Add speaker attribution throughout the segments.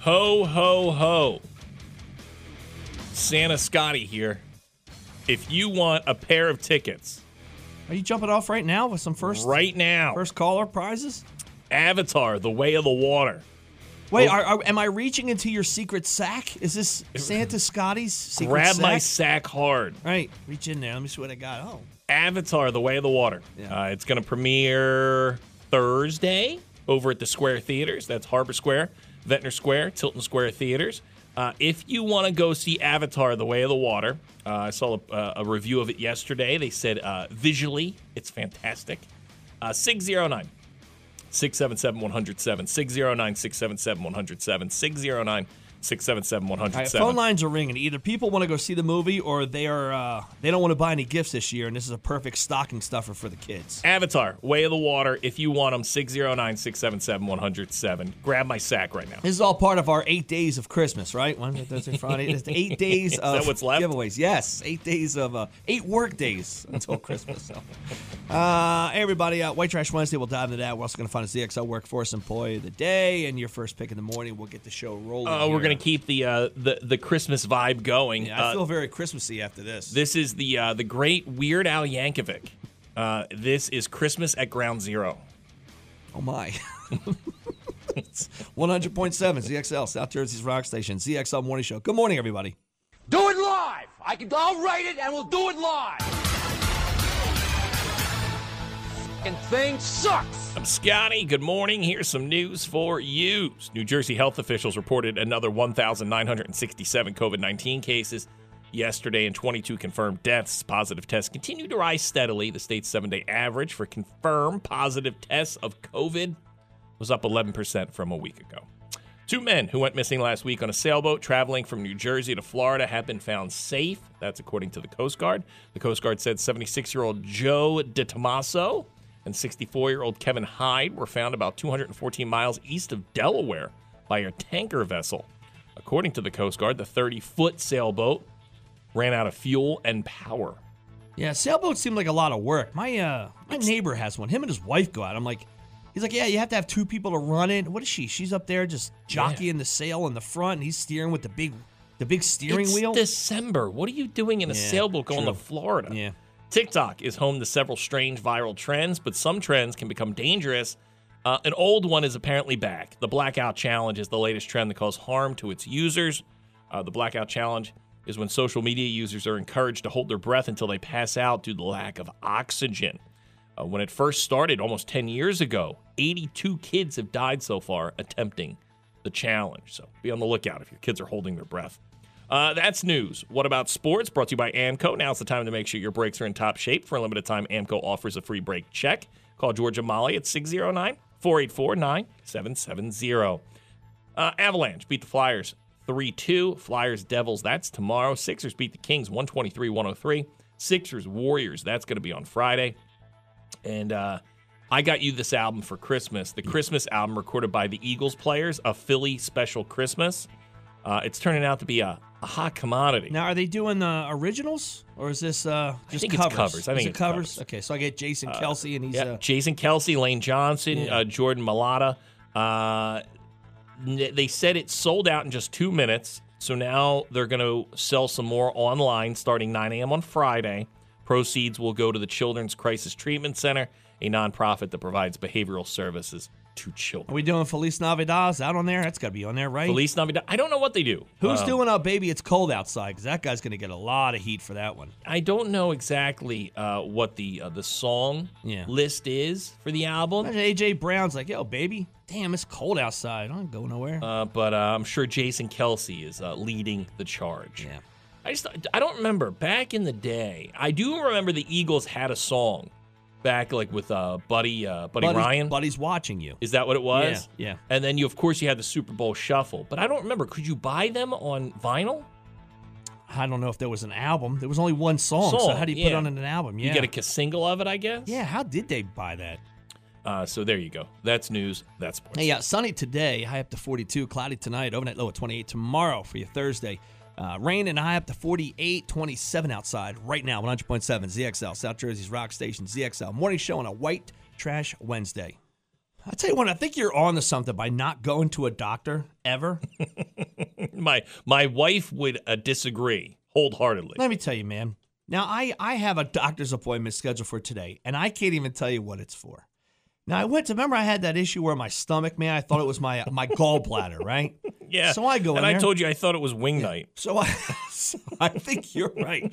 Speaker 1: Ho, ho, ho. Santa Scotty here. If you want a pair of tickets
Speaker 2: Are you jumping off right now with some first
Speaker 1: right now,
Speaker 2: first caller prizes?
Speaker 1: Avatar, The Way of the Water.
Speaker 2: Wait,
Speaker 1: Oh.
Speaker 2: are, are, am I reaching into your secret sack? Is this Santa Scotty's secret
Speaker 1: Grab
Speaker 2: sack?
Speaker 1: my sack hard.
Speaker 2: Right, reach in there. Let me see what I got. Oh,
Speaker 1: Avatar, The Way of the Water.
Speaker 2: Yeah.
Speaker 1: Uh, it's going to premiere Thursday over at the Square Theaters. That's Harbor Square, Ventnor Square, Tilton Square Theaters. Uh, if you want to go see Avatar, The Way of the Water, uh, I saw a, uh, a review of it yesterday. They said uh, visually, it's fantastic. Uh, 609 677 107. 609 677 107. 609 677
Speaker 2: All right,
Speaker 1: 107.
Speaker 2: phone lines are ringing. Either people want to go see the movie, or they are uh, they don't want to buy any gifts this year, and this is a perfect stocking stuffer for the kids.
Speaker 1: Avatar, Way of the Water. If you want them, 609 677 107. Grab my sack right now.
Speaker 2: This is all part of our eight days of Christmas, right? Wednesday, Thursday, Friday. It's the eight days of
Speaker 1: that what's left?
Speaker 2: giveaways. Yes, eight days of uh, eight work days until Christmas. So, uh, hey, everybody, uh, White Trash Wednesday. We'll dive into that. We're also going to find a ZXL Workforce Employee of the Day and your first pick in the morning. We'll get the show rolling.
Speaker 1: Uh, we're
Speaker 2: here.
Speaker 1: going to keep the, uh, the the Christmas vibe going.
Speaker 2: Yeah, I
Speaker 1: Uh,
Speaker 2: feel very Christmassy after this.
Speaker 1: this is the uh, the great Weird Al Yankovic. Uh, this is Christmas at Ground Zero.
Speaker 2: Oh my. 100.7 ZXL, South Jersey's Rock Station, ZXL Morning Show. Good morning, everybody.
Speaker 3: Do it live. I can. I'll write it, and we'll do it live. And thing sucks.
Speaker 1: I'm Scotty. Good morning. Here's some news for you. New Jersey health officials reported another 1,967 COVID 19 cases yesterday and 22 confirmed deaths. Positive tests continue to rise steadily. The state's seven day average for confirmed positive tests of COVID was up 11% from a week ago. Two men who went missing last week on a sailboat traveling from New Jersey to Florida have been found safe. That's according to the Coast Guard. The Coast Guard said 76 year old Joe DeTomaso and 64 year old Kevin Hyde were found about 214 miles east of Delaware by a tanker vessel. According to the Coast Guard, the 30 foot sailboat ran out of fuel and power.
Speaker 2: Yeah, sailboats seem like a lot of work. My uh my neighbor has one. Him and his wife go out. I'm like, he's like, yeah, you have to have two people to run it. What is she? She's up there just jockeying the sail in the front, and he's steering with the big the big steering
Speaker 1: it's
Speaker 2: wheel.
Speaker 1: December. What are you doing in a
Speaker 2: Yeah,
Speaker 1: sailboat going
Speaker 2: true.
Speaker 1: to Florida?
Speaker 2: Yeah.
Speaker 1: TikTok is home to several strange viral trends, but some trends can become dangerous. Uh, an old one is apparently back. The blackout challenge is the latest trend that caused harm to its users. Uh, the blackout challenge is when social media users are encouraged to hold their breath until they pass out due to the lack of oxygen. Uh, when it first started almost 10 years ago, 82 kids have died so far attempting the challenge. So be on the lookout if your kids are holding their breath. Uh, that's news. What about sports? Brought to you by AMCO. Now's the time to make sure your brakes are in top shape. For a limited time, AMCO offers a free brake check. Call Georgia Molly at 609 484 9770. Uh, Avalanche beat the Flyers 3 2. Flyers Devils, that's tomorrow. Sixers beat the Kings 123 103. Sixers Warriors, that's going to be on Friday. And uh, I got you this album for Christmas, the Christmas album recorded by the Eagles players, a Philly special Christmas. Uh, it's turning out to be a, a hot commodity.
Speaker 2: Now, are they doing uh, originals or is this uh just
Speaker 1: think it's
Speaker 2: covers?
Speaker 1: covers. I
Speaker 2: Is
Speaker 1: think
Speaker 2: it
Speaker 1: it's
Speaker 2: covers?
Speaker 1: covers.
Speaker 2: Okay, so I get Jason Kelsey, and he's
Speaker 1: yeah,
Speaker 2: uh,
Speaker 1: Jason Kelsey, Lane Johnson, uh, Jordan Malata. Uh, n- they said it sold out in just two minutes. So now they're going to sell some more online starting 9 a.m. on Friday. Proceeds will go to the Children's Crisis Treatment Center, a nonprofit that provides behavioral services to children.
Speaker 2: Are we doing Feliz Navidad's out on there? That's got to be on there, right?
Speaker 1: Feliz Navidad. I don't know what they do.
Speaker 2: Who's
Speaker 1: Um,
Speaker 2: doing a baby? It's cold outside because that guy's going to get a lot of heat for that one.
Speaker 1: I don't know exactly uh, what the uh, the song
Speaker 2: Yeah.
Speaker 1: list is for the album,
Speaker 2: Imagine AJ Brown's like, "Yo, baby, damn, it's cold outside. I don't go nowhere."
Speaker 1: uh, but uh, I'm sure Jason Kelsey is uh, leading the charge.
Speaker 2: yeah,
Speaker 1: I just I don't remember back in the day. I do remember the Eagles had a song back like with uh, Buddy uh, Buddy
Speaker 2: Buddy's-
Speaker 1: Ryan.
Speaker 2: Buddy's watching you.
Speaker 1: Is that what it was?
Speaker 2: Yeah, yeah.
Speaker 1: And then you of course you had the Super Bowl Shuffle, but I don't remember. Could you buy them on vinyl?
Speaker 2: I don't know if there was an album. There was only one song, so
Speaker 1: Song,
Speaker 2: how do you put
Speaker 1: yeah.
Speaker 2: on an album? Yeah,
Speaker 1: You get a k- single of it, I guess.
Speaker 2: yeah. How did they buy that?
Speaker 1: Uh, so there you go. That's news. That's sports.
Speaker 2: Hey, yeah, sunny today, high up to 42, cloudy tonight, overnight low at 28 tomorrow for your Thursday. Uh, rain and high up to 48, 27 outside right now, 100.7 ZXL, South Jersey's rock station, ZXL. Morning show on a white trash Wednesday. I tell you what, I think you're on to something by not going to a doctor ever.
Speaker 1: My my wife would uh, disagree wholeheartedly.
Speaker 2: Let me tell you, man. Now, I, I have a doctor's appointment scheduled for today, and I can't even tell you what it's for. Now, I went to, remember, I had that issue where my stomach, man, I thought it was my, my gallbladder, right?
Speaker 1: Yeah.
Speaker 2: So I go in
Speaker 1: and I
Speaker 2: there.
Speaker 1: told you I thought it was wing night.
Speaker 2: So I, so I think you're right.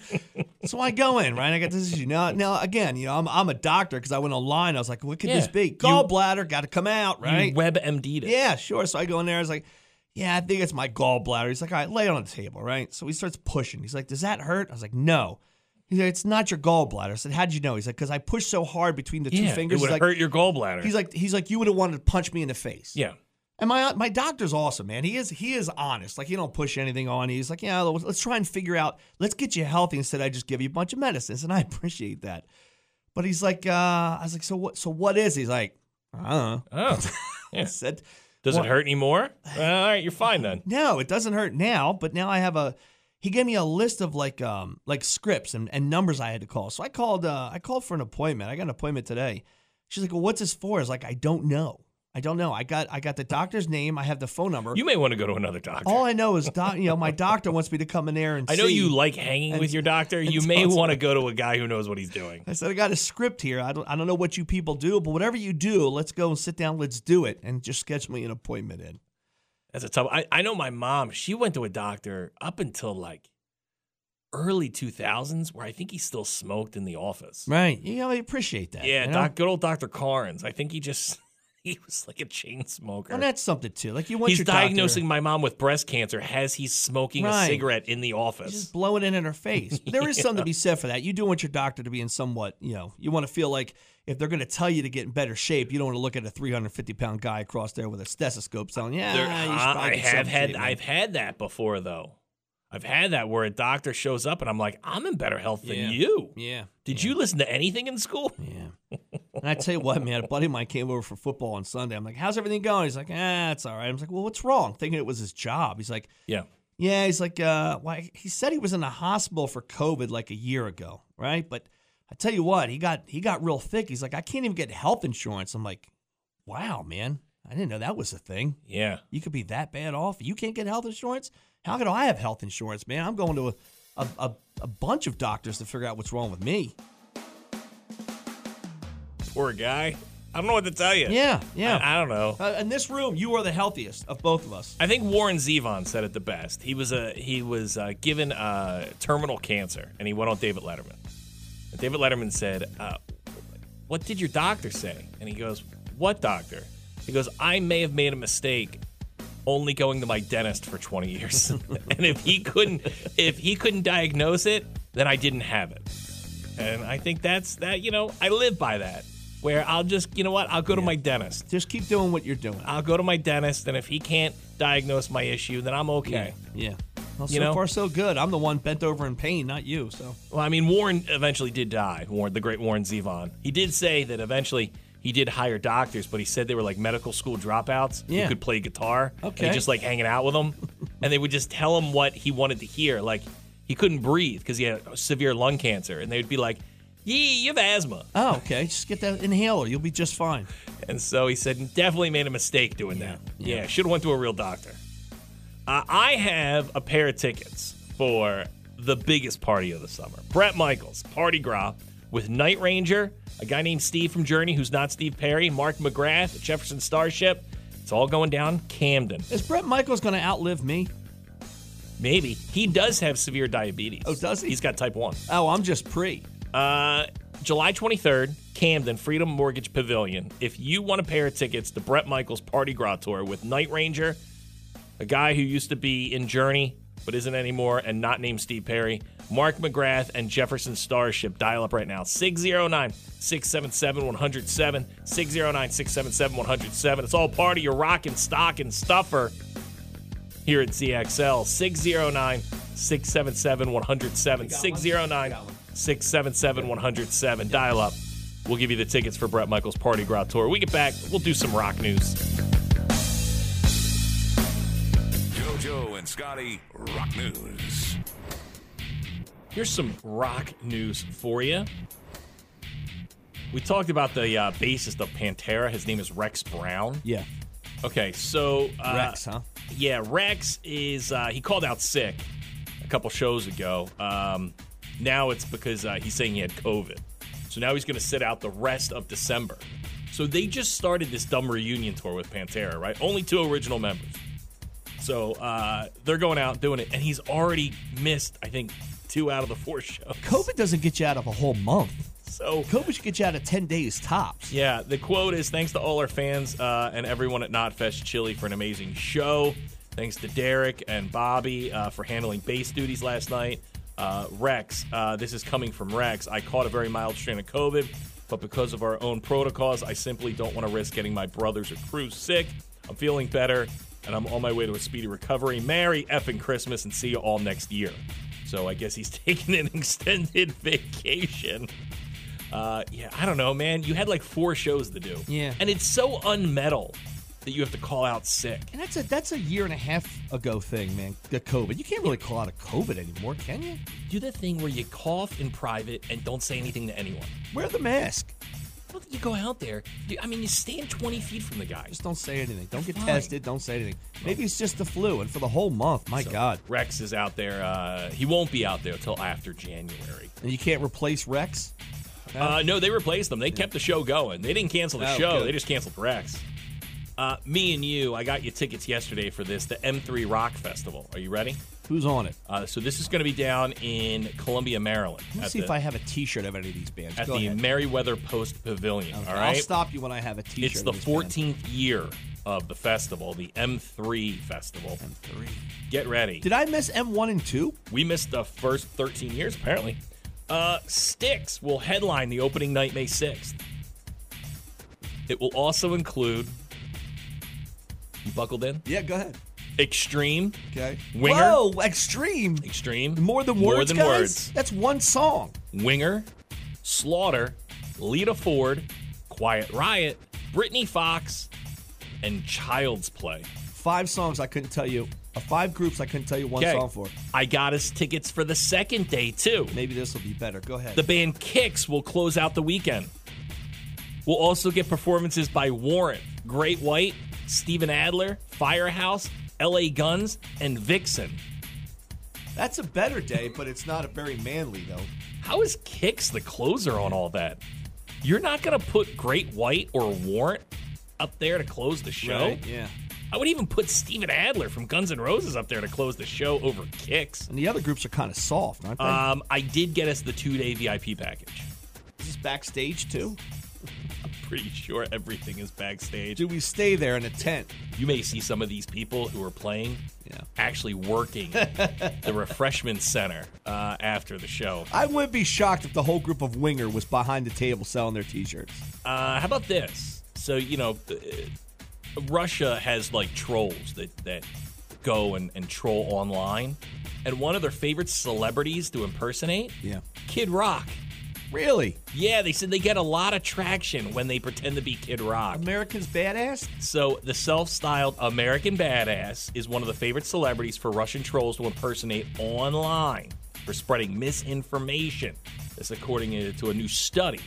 Speaker 2: So I go in, right? I got this issue. Now, now again, you know, I'm, I'm a doctor because I went online. I was like, what could this
Speaker 1: Yeah.
Speaker 2: be?
Speaker 1: You-
Speaker 2: Gallbladder, got to come out, right?
Speaker 1: You WebMD'd it.
Speaker 2: yeah, sure. So I go in there. I was like, yeah, I think it's my gallbladder. He's like, all right, lay it on the table, right? So he starts pushing. He's like, does that hurt? I was like, no. He's like, it's not your gallbladder. I said, how'd you know? He's like, because I pushed so hard between the
Speaker 1: Yeah,
Speaker 2: two fingers.
Speaker 1: It would
Speaker 2: he's like,
Speaker 1: hurt your gallbladder.
Speaker 2: he's like, he's like, you would have wanted to punch me in the face.
Speaker 1: yeah.
Speaker 2: And my my doctor's awesome, man. He is he is honest. Like he don't push anything on. you. He's like, yeah, let's, let's try and figure out. Let's get you healthy instead. I just give you a bunch of medicines, and I appreciate that. But he's like, uh, I was like, so what? So what is? He's like, I don't know.
Speaker 1: Oh.
Speaker 2: I
Speaker 1: Yeah.
Speaker 2: said,
Speaker 1: Does
Speaker 2: What?
Speaker 1: it hurt anymore? Uh, all right, you're fine then.
Speaker 2: no, it doesn't hurt now. But now I have a. He gave me a list of like um like scripts and, and numbers I had to call. So I called uh, I called for an appointment. I got an appointment today. She's like, well, what's this for? I was like, I don't know. I don't know. I got I got the doctor's name. I have the phone number.
Speaker 1: You may want to go to another doctor.
Speaker 2: All I know is, doc, you know, my doctor wants me to come in there and.
Speaker 1: I know
Speaker 2: see.
Speaker 1: you like hanging with your doctor. You may want to go to a guy who knows what he's doing.
Speaker 2: I said I got a script here. I don't. I don't know what you people do, but whatever you do, let's go and sit down. Let's do it, and just schedule me an appointment in.
Speaker 1: That's a tough. I, I know my mom. She went to a doctor up until like early 2000s, where I think he still smoked in the office.
Speaker 2: Right. You know, I appreciate that.
Speaker 1: Yeah,
Speaker 2: you know?
Speaker 1: doc, good old Dr. Carnes. I think he just he was like a chain smoker.
Speaker 2: And that's something too. Like you want
Speaker 1: He's
Speaker 2: your doctor-
Speaker 1: diagnosing my mom with breast cancer as he's smoking
Speaker 2: Right.
Speaker 1: a cigarette in the
Speaker 2: He's
Speaker 1: office.
Speaker 2: Just blowing it in her face. There is something to be said for that. You do want your doctor to be in somewhat, you know, you want to feel like if they're going to tell you to get in better shape, you don't want to look at a 350 pound guy across there with a stethoscope telling you, yeah,
Speaker 1: There-
Speaker 2: Ah, you should
Speaker 1: I-
Speaker 2: probably
Speaker 1: I
Speaker 2: get some
Speaker 1: have had
Speaker 2: treatment."
Speaker 1: I've had that before though. I've had that where a doctor shows up and I'm like, I'm in better health than
Speaker 2: Yeah.
Speaker 1: you.
Speaker 2: Yeah.
Speaker 1: Did you listen to anything in school?
Speaker 2: Yeah. And I tell you what, man, a buddy of mine came over for football on Sunday. I'm like, how's everything going? He's like, ah, it's all right. I was like, well, what's wrong? Thinking it was his job. He's like,
Speaker 1: Yeah.
Speaker 2: yeah, he's like, uh, why? He said he was in the hospital for COVID like a year ago, right? But I tell you what, he got he got real thick. He's like, I can't even get health insurance. I'm like, wow, man, I didn't know that was a thing.
Speaker 1: Yeah.
Speaker 2: You could be that bad off. You can't get health insurance. How could I have health insurance, man? I'm going to a a, a, a bunch of doctors to figure out what's wrong with me.
Speaker 1: Poor guy. I don't know what to tell you.
Speaker 2: Yeah, yeah.
Speaker 1: I, I don't know.
Speaker 2: Uh, in this room, you are the healthiest of both of us.
Speaker 1: I think Warren Zevon said it the best. He was a he was uh, given uh, terminal cancer, and he went on David Letterman. And David Letterman said, uh, "What did your doctor say?" And he goes, "What doctor?" He goes, "I may have made a mistake, only going to my dentist for 20 years, and if he couldn't if he couldn't diagnose it, then I didn't have it." And I think that's that. You know, I live by that. Where I'll just, you know what? I'll go to my dentist.
Speaker 2: Just keep doing what you're doing.
Speaker 1: I'll go to my dentist, and if he can't diagnose my issue, then I'm okay.
Speaker 2: Yeah. Well, so
Speaker 1: You know?
Speaker 2: far, so good. I'm the one bent over in pain, not you. So
Speaker 1: Well, I mean, Warren eventually did die. Warren, the great Warren Zevon. He did say that eventually he did hire doctors, but he said they were like medical school dropouts
Speaker 2: Yeah.
Speaker 1: who could play guitar. and he
Speaker 2: Okay.
Speaker 1: just like hanging out with them, and they would just tell him what he wanted to hear. Like he couldn't breathe because he had severe lung cancer, and they would be like, "Yee, you have asthma."
Speaker 2: Oh, okay. Just get that inhaler. You'll be just fine.
Speaker 1: And so he said, definitely made a mistake doing that. Yeah, should have went to a real doctor. Uh, I have a pair of tickets for the biggest party of the summer. Brett Michaels, Party Gras, with Night Ranger, a guy named Steve from Journey who's not Steve Perry, Mark McGrath, Jefferson Starship. It's all going down Camden.
Speaker 2: Is Brett Michaels going to outlive me?
Speaker 1: Maybe. He does have severe diabetes.
Speaker 2: Oh, does he?
Speaker 1: He's got type 1.
Speaker 2: Oh, I'm just pre.
Speaker 1: Uh, July 23rd, Camden Freedom Mortgage Pavilion. If you want a pair of tickets to Brett Michaels Party Gras Tour with Night Ranger, a guy who used to be in Journey but isn't anymore and not named Steve Perry, Mark McGrath, and Jefferson Starship. Dial up right now 609 677 107. 609 677 107. It's all part of your rock and stock and stuffer here at ZXL 609 677 107. 609 677 107. Dial up. We'll give you the tickets for Brett Michaels Party Gras Tour. We get back, we'll do some rock news.
Speaker 4: JoJo and Scotty Rock News.
Speaker 1: Here's some rock news for you. We talked about the uh, bassist of Pantera. His name is Rex Brown.
Speaker 2: Yeah.
Speaker 1: Okay, so uh,
Speaker 2: Rex, huh?
Speaker 1: Yeah, Rex is uh, he called out sick a couple shows ago. Um, now it's because uh, he's saying he had COVID, so now he's going to sit out the rest of December. So they just started this dumb reunion tour with Pantera, right? Only two original members. So uh, they're going out doing it, and he's already missed, I think, two out of the four shows.
Speaker 2: COVID doesn't get you out of a whole month.
Speaker 1: So
Speaker 2: COVID should get you out of 10 days tops.
Speaker 1: Yeah, the quote is thanks to all our fans uh, and everyone at Knotfest Chili for an amazing show. Thanks to Derek and Bobby uh, for handling bass duties last night. Uh, Rex, uh, this is coming from Rex. I caught a very mild strain of COVID, but because of our own protocols, I simply don't want to risk getting my brothers or crew sick. I'm feeling better, and I'm on my way to a speedy recovery. Merry effing Christmas, and see you all next year. So I guess he's taking an extended vacation. Uh, yeah, I don't know, man. You had like four shows to do.
Speaker 2: Yeah.
Speaker 1: And it's so unmetal that you have to call out sick.
Speaker 2: And that's a that's a year and a half ago thing, man. The COVID. You can't really call out a COVID anymore, can you?
Speaker 1: Do that thing where you cough in private and don't say anything to anyone.
Speaker 2: Wear the mask.
Speaker 1: I don't think you go out there. You- I mean, you stand 20 feet from the guy.
Speaker 2: Just don't say anything. Don't get
Speaker 1: Fine.
Speaker 2: tested. Don't say anything. Maybe it's just the flu, and for the whole month. My God.
Speaker 1: Rex is out there. Uh, he won't be out there till after January.
Speaker 2: And you can't replace Rex.
Speaker 1: Uh, no, they replaced them. They kept the show going. They didn't cancel the
Speaker 2: Oh,
Speaker 1: show.
Speaker 2: good.
Speaker 1: They just canceled Rex. Uh, me and you, I got you tickets yesterday for this, the M3 Rock Festival. Are you ready?
Speaker 2: Who's on it?
Speaker 1: Uh, so this is going to be down in Columbia, Maryland.
Speaker 2: Let me
Speaker 1: at
Speaker 2: see
Speaker 1: the,
Speaker 2: if I have a T-shirt of any of these bands.
Speaker 1: at
Speaker 2: Go
Speaker 1: the
Speaker 2: ahead.
Speaker 1: Merriweather Post Pavilion.
Speaker 2: Okay,
Speaker 1: All
Speaker 2: I'll
Speaker 1: right,
Speaker 2: stop you when I have a T-shirt.
Speaker 1: it's the
Speaker 2: of this band.
Speaker 1: 14th year of the festival, the M3 Festival. M3. Get ready.
Speaker 2: Did I miss M1 and 2?
Speaker 1: We missed the first 13 years, apparently. Uh, Styx will headline the opening night, May 6th. It will also include. You buckled in?
Speaker 2: Yeah, go ahead.
Speaker 1: Extreme.
Speaker 2: Okay.
Speaker 1: Winger.
Speaker 2: Whoa, extreme.
Speaker 1: Extreme.
Speaker 2: More than
Speaker 1: More
Speaker 2: words,
Speaker 1: than
Speaker 2: guys?
Speaker 1: words.
Speaker 2: That's one song.
Speaker 1: Winger. Slaughter. Lita Ford. Quiet Riot. Brittany Fox. And Child's Play.
Speaker 2: Five songs I couldn't tell you. Uh, five groups I couldn't tell you one
Speaker 1: Okay.
Speaker 2: song for.
Speaker 1: I got us tickets for the second day, too.
Speaker 2: Maybe this will be better. Go ahead.
Speaker 1: The band Kicks will close out the weekend. We'll also get performances by Warren, Great White, Steven Adler, Firehouse, LA Guns, and Vixen.
Speaker 2: That's a better day, but it's not a very manly though.
Speaker 1: How is Kicks the closer on all that? You're not going to put Great White or Warrant up there to close the show?
Speaker 2: Yeah.
Speaker 1: I would even put Steven Adler from Guns N' Roses up there to close the show over Kicks.
Speaker 2: And the other groups are kind of soft, aren't they?
Speaker 1: Um, I did get us the two day VIP package.
Speaker 2: Is this backstage too?
Speaker 1: Pretty sure everything is backstage.
Speaker 2: Do we stay there in a tent?
Speaker 1: you may see some of these people who are playing
Speaker 2: Yeah.
Speaker 1: actually working the refreshment center uh, after the show.
Speaker 2: I would be shocked if the whole group of Winger was behind the table selling their T-shirts.
Speaker 1: Uh, how about this? So you know, uh, Russia has like trolls that that go and, and troll online, and one of their favorite celebrities to impersonate,
Speaker 2: Yeah.
Speaker 1: Kid Rock.
Speaker 2: Really?
Speaker 1: Yeah, they said they get a lot of traction when they pretend to be Kid Rock.
Speaker 2: Americans badass?
Speaker 1: So, the self styled American Badass is one of the favorite celebrities for Russian trolls to impersonate online for spreading misinformation. This, according uh, to a new study.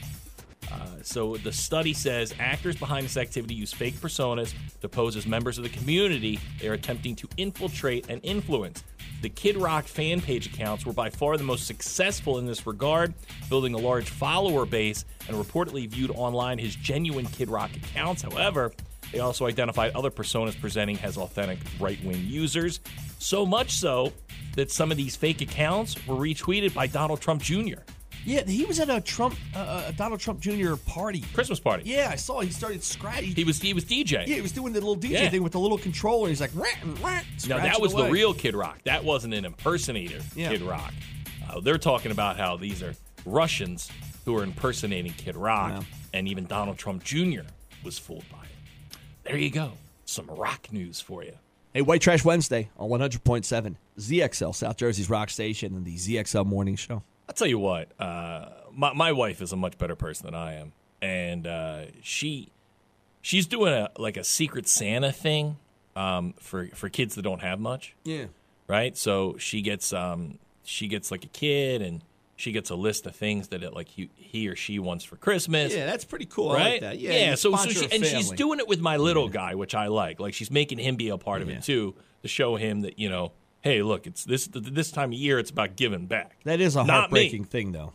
Speaker 1: Uh, so, the study says actors behind this activity use fake personas to pose as members of the community they are attempting to infiltrate and influence. The Kid Rock fan page accounts were by far the most successful in this regard, building a large follower base and reportedly viewed online his genuine Kid Rock accounts. However, they also identified other personas presenting as authentic right wing users, so much so that some of these fake accounts were retweeted by Donald Trump Jr.
Speaker 2: Yeah, he was at a Trump, uh, a Donald Trump Jr. party.
Speaker 1: Christmas party.
Speaker 2: Yeah, I saw he started scratching.
Speaker 1: He was he was DJing.
Speaker 2: Yeah, he was doing the little DJ
Speaker 1: Yeah.
Speaker 2: thing with the little controller. He's like, rat, rat,
Speaker 1: Now that was the real Kid Rock. That wasn't an impersonator
Speaker 2: Yeah.
Speaker 1: Kid Rock. Uh, they're talking about how these are Russians who are impersonating Kid Rock,
Speaker 2: Yeah.
Speaker 1: and even Donald Trump Jr. was fooled by it. There you go. Some rock news for you.
Speaker 2: Hey, White Trash Wednesday on 100.7 ZXL, South Jersey's rock station, and the ZXL Morning Show.
Speaker 1: I'll tell you what. Uh, my my wife is a much better person than I am, and uh, she she's doing a like a Secret Santa thing um, for for kids that don't have much.
Speaker 2: Yeah.
Speaker 1: right? So she gets um she gets like a kid and she gets a list of things that it, like he, he or she wants for Christmas.
Speaker 2: Yeah, that's pretty cool.
Speaker 1: right?
Speaker 2: I like that. Yeah, you
Speaker 1: so, so
Speaker 2: sponsor
Speaker 1: she
Speaker 2: a
Speaker 1: and she's
Speaker 2: family.
Speaker 1: doing it with my little guy, which I like. Like she's making him be a part of
Speaker 2: Yeah.
Speaker 1: it too to show him that, you know, hey, look, it's this th- this time of year it's about giving back.
Speaker 2: That is a
Speaker 1: Not me.
Speaker 2: heartbreaking thing, though.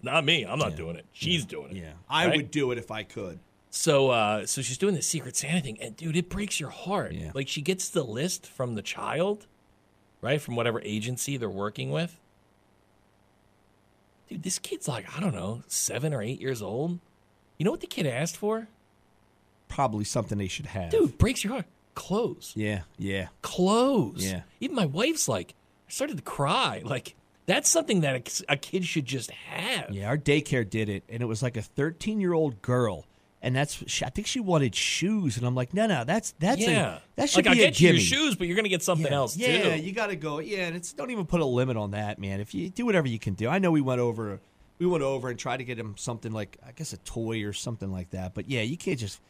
Speaker 1: Not me. I'm not doing it. She's doing it.
Speaker 2: I
Speaker 1: Right?
Speaker 2: would do it if I could.
Speaker 1: So uh so she's doing the Secret Santa thing and dude, it breaks your heart.
Speaker 2: Yeah.
Speaker 1: Like she gets the list from the child, right? From whatever agency they're working with. Dude, this kid's like, I don't know, 7 or 8 years old. You know what the kid asked for?
Speaker 2: Probably something they should have.
Speaker 1: Dude, breaks your heart. Clothes.
Speaker 2: Yeah, yeah.
Speaker 1: Clothes.
Speaker 2: Yeah.
Speaker 1: Even my wife's like, I started to cry. Like that's something that a, a kid should just have.
Speaker 2: Yeah, our daycare did it, and it was like a 13 year old girl, and that's she, I think she wanted shoes, and I'm like, no, no, that's that's a
Speaker 1: yeah.
Speaker 2: that should
Speaker 1: like,
Speaker 2: be
Speaker 1: I
Speaker 2: a
Speaker 1: get you
Speaker 2: gimme.
Speaker 1: your shoes, but you're going to get something
Speaker 2: yeah.
Speaker 1: else
Speaker 2: yeah,
Speaker 1: too.
Speaker 2: you got to go. Yeah, and it's don't even put a limit on that, man. If you do whatever you can do, I know we went over, we went over and tried to get him something like I guess a toy or something like that. But yeah, you can't just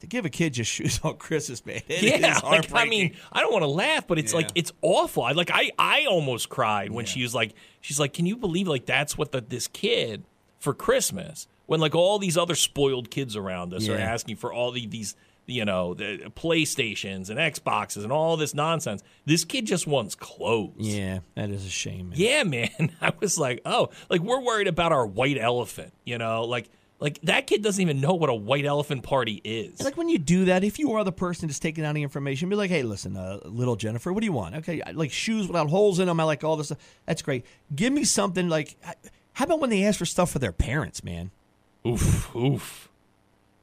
Speaker 2: to give a kid just shoes on Christmas, man. It is
Speaker 1: yeah, like I
Speaker 2: heartbreaking.
Speaker 1: mean, I don't want to laugh, but it's like
Speaker 2: Yeah.
Speaker 1: it's awful. I like I I almost cried when she was like, she's like, can you believe like that's what the, this kid for Christmas when like all these other spoiled kids around us are
Speaker 2: Yeah.
Speaker 1: asking for all the, these you know the PlayStations and Xboxes and all this nonsense. This kid just wants clothes.
Speaker 2: yeah, that is a shame. Man.
Speaker 1: Yeah, man. I was like, oh, like we're worried about our white elephant, you know, like like that kid doesn't even know what a white elephant party is.
Speaker 2: Like when you do that, if you are the person that's taking out the information, be like, "Hey, listen, uh, little Jennifer, what do you want? Okay, I like shoes without holes in them. I like all this. Stuff. That's great. Give me something like. I- How about when they ask for stuff for their parents, man?
Speaker 1: Oof, oof.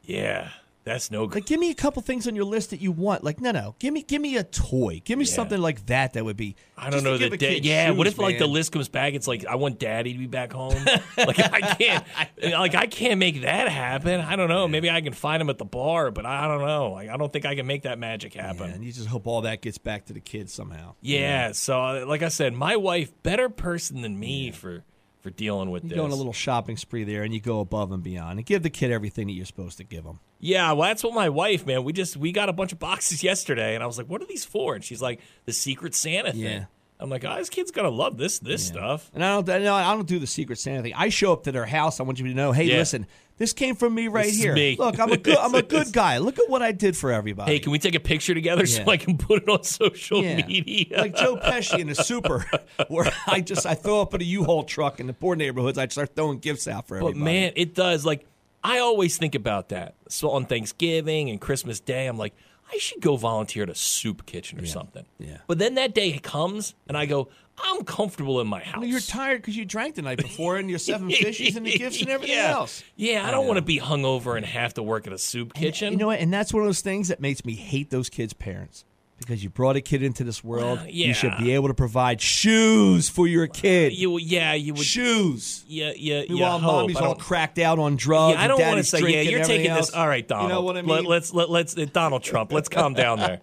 Speaker 1: Yeah, that's no good.
Speaker 2: Like, give me a couple things on your list that you want. Like, no, no, give me, give me a toy. Give me
Speaker 1: Yeah.
Speaker 2: something like that. That would be.
Speaker 1: I don't
Speaker 2: just
Speaker 1: know
Speaker 2: to give
Speaker 1: that.
Speaker 2: a
Speaker 1: Da-
Speaker 2: kid
Speaker 1: yeah, what
Speaker 2: shoes,
Speaker 1: if like the
Speaker 2: man.
Speaker 1: list comes back? It's like I want Daddy to be back home. like I can't. Like I can't make that happen. I don't know. Maybe I can find him at the bar, but I don't know. Like I don't think I can make that magic
Speaker 2: Yeah, and
Speaker 1: happen.
Speaker 2: you just hope all that gets back to the kids somehow.
Speaker 1: Yeah. so uh, like I said, my wife better person than me for for dealing with
Speaker 2: You
Speaker 1: this.
Speaker 2: go on a little shopping spree there, and you go above and beyond, and give the kid everything that you're supposed to give them.
Speaker 1: Yeah, well, that's what my wife, man. We just we got a bunch of boxes yesterday, and I was like, "What are these for?" And she's like, "The Secret Santa thing."
Speaker 2: Yeah.
Speaker 1: I'm like, "Oh, this kid's gonna love this this stuff."
Speaker 2: And I don't, no, I don't do the Secret Santa thing. I show up to their house. I want you to know, hey,
Speaker 1: Yeah.
Speaker 2: listen, this came from me right
Speaker 1: This is
Speaker 2: here.
Speaker 1: me.
Speaker 2: Look, I'm a good, I'm a
Speaker 1: This is-
Speaker 2: good guy. Look at what I did for everybody.
Speaker 1: Hey, can we take a picture together so
Speaker 2: Yeah.
Speaker 1: I can put it on social
Speaker 2: Yeah.
Speaker 1: media?
Speaker 2: like Joe Pesci in a super, where I just I throw up in a U-Haul truck in the poor neighborhoods. I start throwing gifts out for
Speaker 1: but
Speaker 2: everybody.
Speaker 1: man, it does. Like I always think about that. So on Thanksgiving and Christmas Day, I'm like, I should go volunteer at a soup kitchen or something.
Speaker 2: Yeah.
Speaker 1: But then that day comes, and I go, I'm comfortable in my house.
Speaker 2: Well, you're tired because you drank the night before, and your seven fishes and the gifts and everything
Speaker 1: yeah.
Speaker 2: else.
Speaker 1: Yeah, I don't want to be hungover and have to work at a soup kitchen.
Speaker 2: You know what? And that's one of those things that makes me hate those kids' parents because you brought a kid into this world.
Speaker 1: Well,
Speaker 2: You should
Speaker 1: yeah.
Speaker 2: be able to provide shoes for your kid.
Speaker 1: you yeah, you would
Speaker 2: shoes.
Speaker 1: yeah yeah yeah.
Speaker 2: Meanwhile,
Speaker 1: hope.
Speaker 2: mommy's
Speaker 1: I
Speaker 2: all
Speaker 1: don't-
Speaker 2: cracked out on drugs.
Speaker 1: yeah, I don't want to say yeah. You're taking this. All right, Donald.
Speaker 2: You know what I mean?
Speaker 1: Let, us let, let's uh, Donald Trump. Let's calm down there.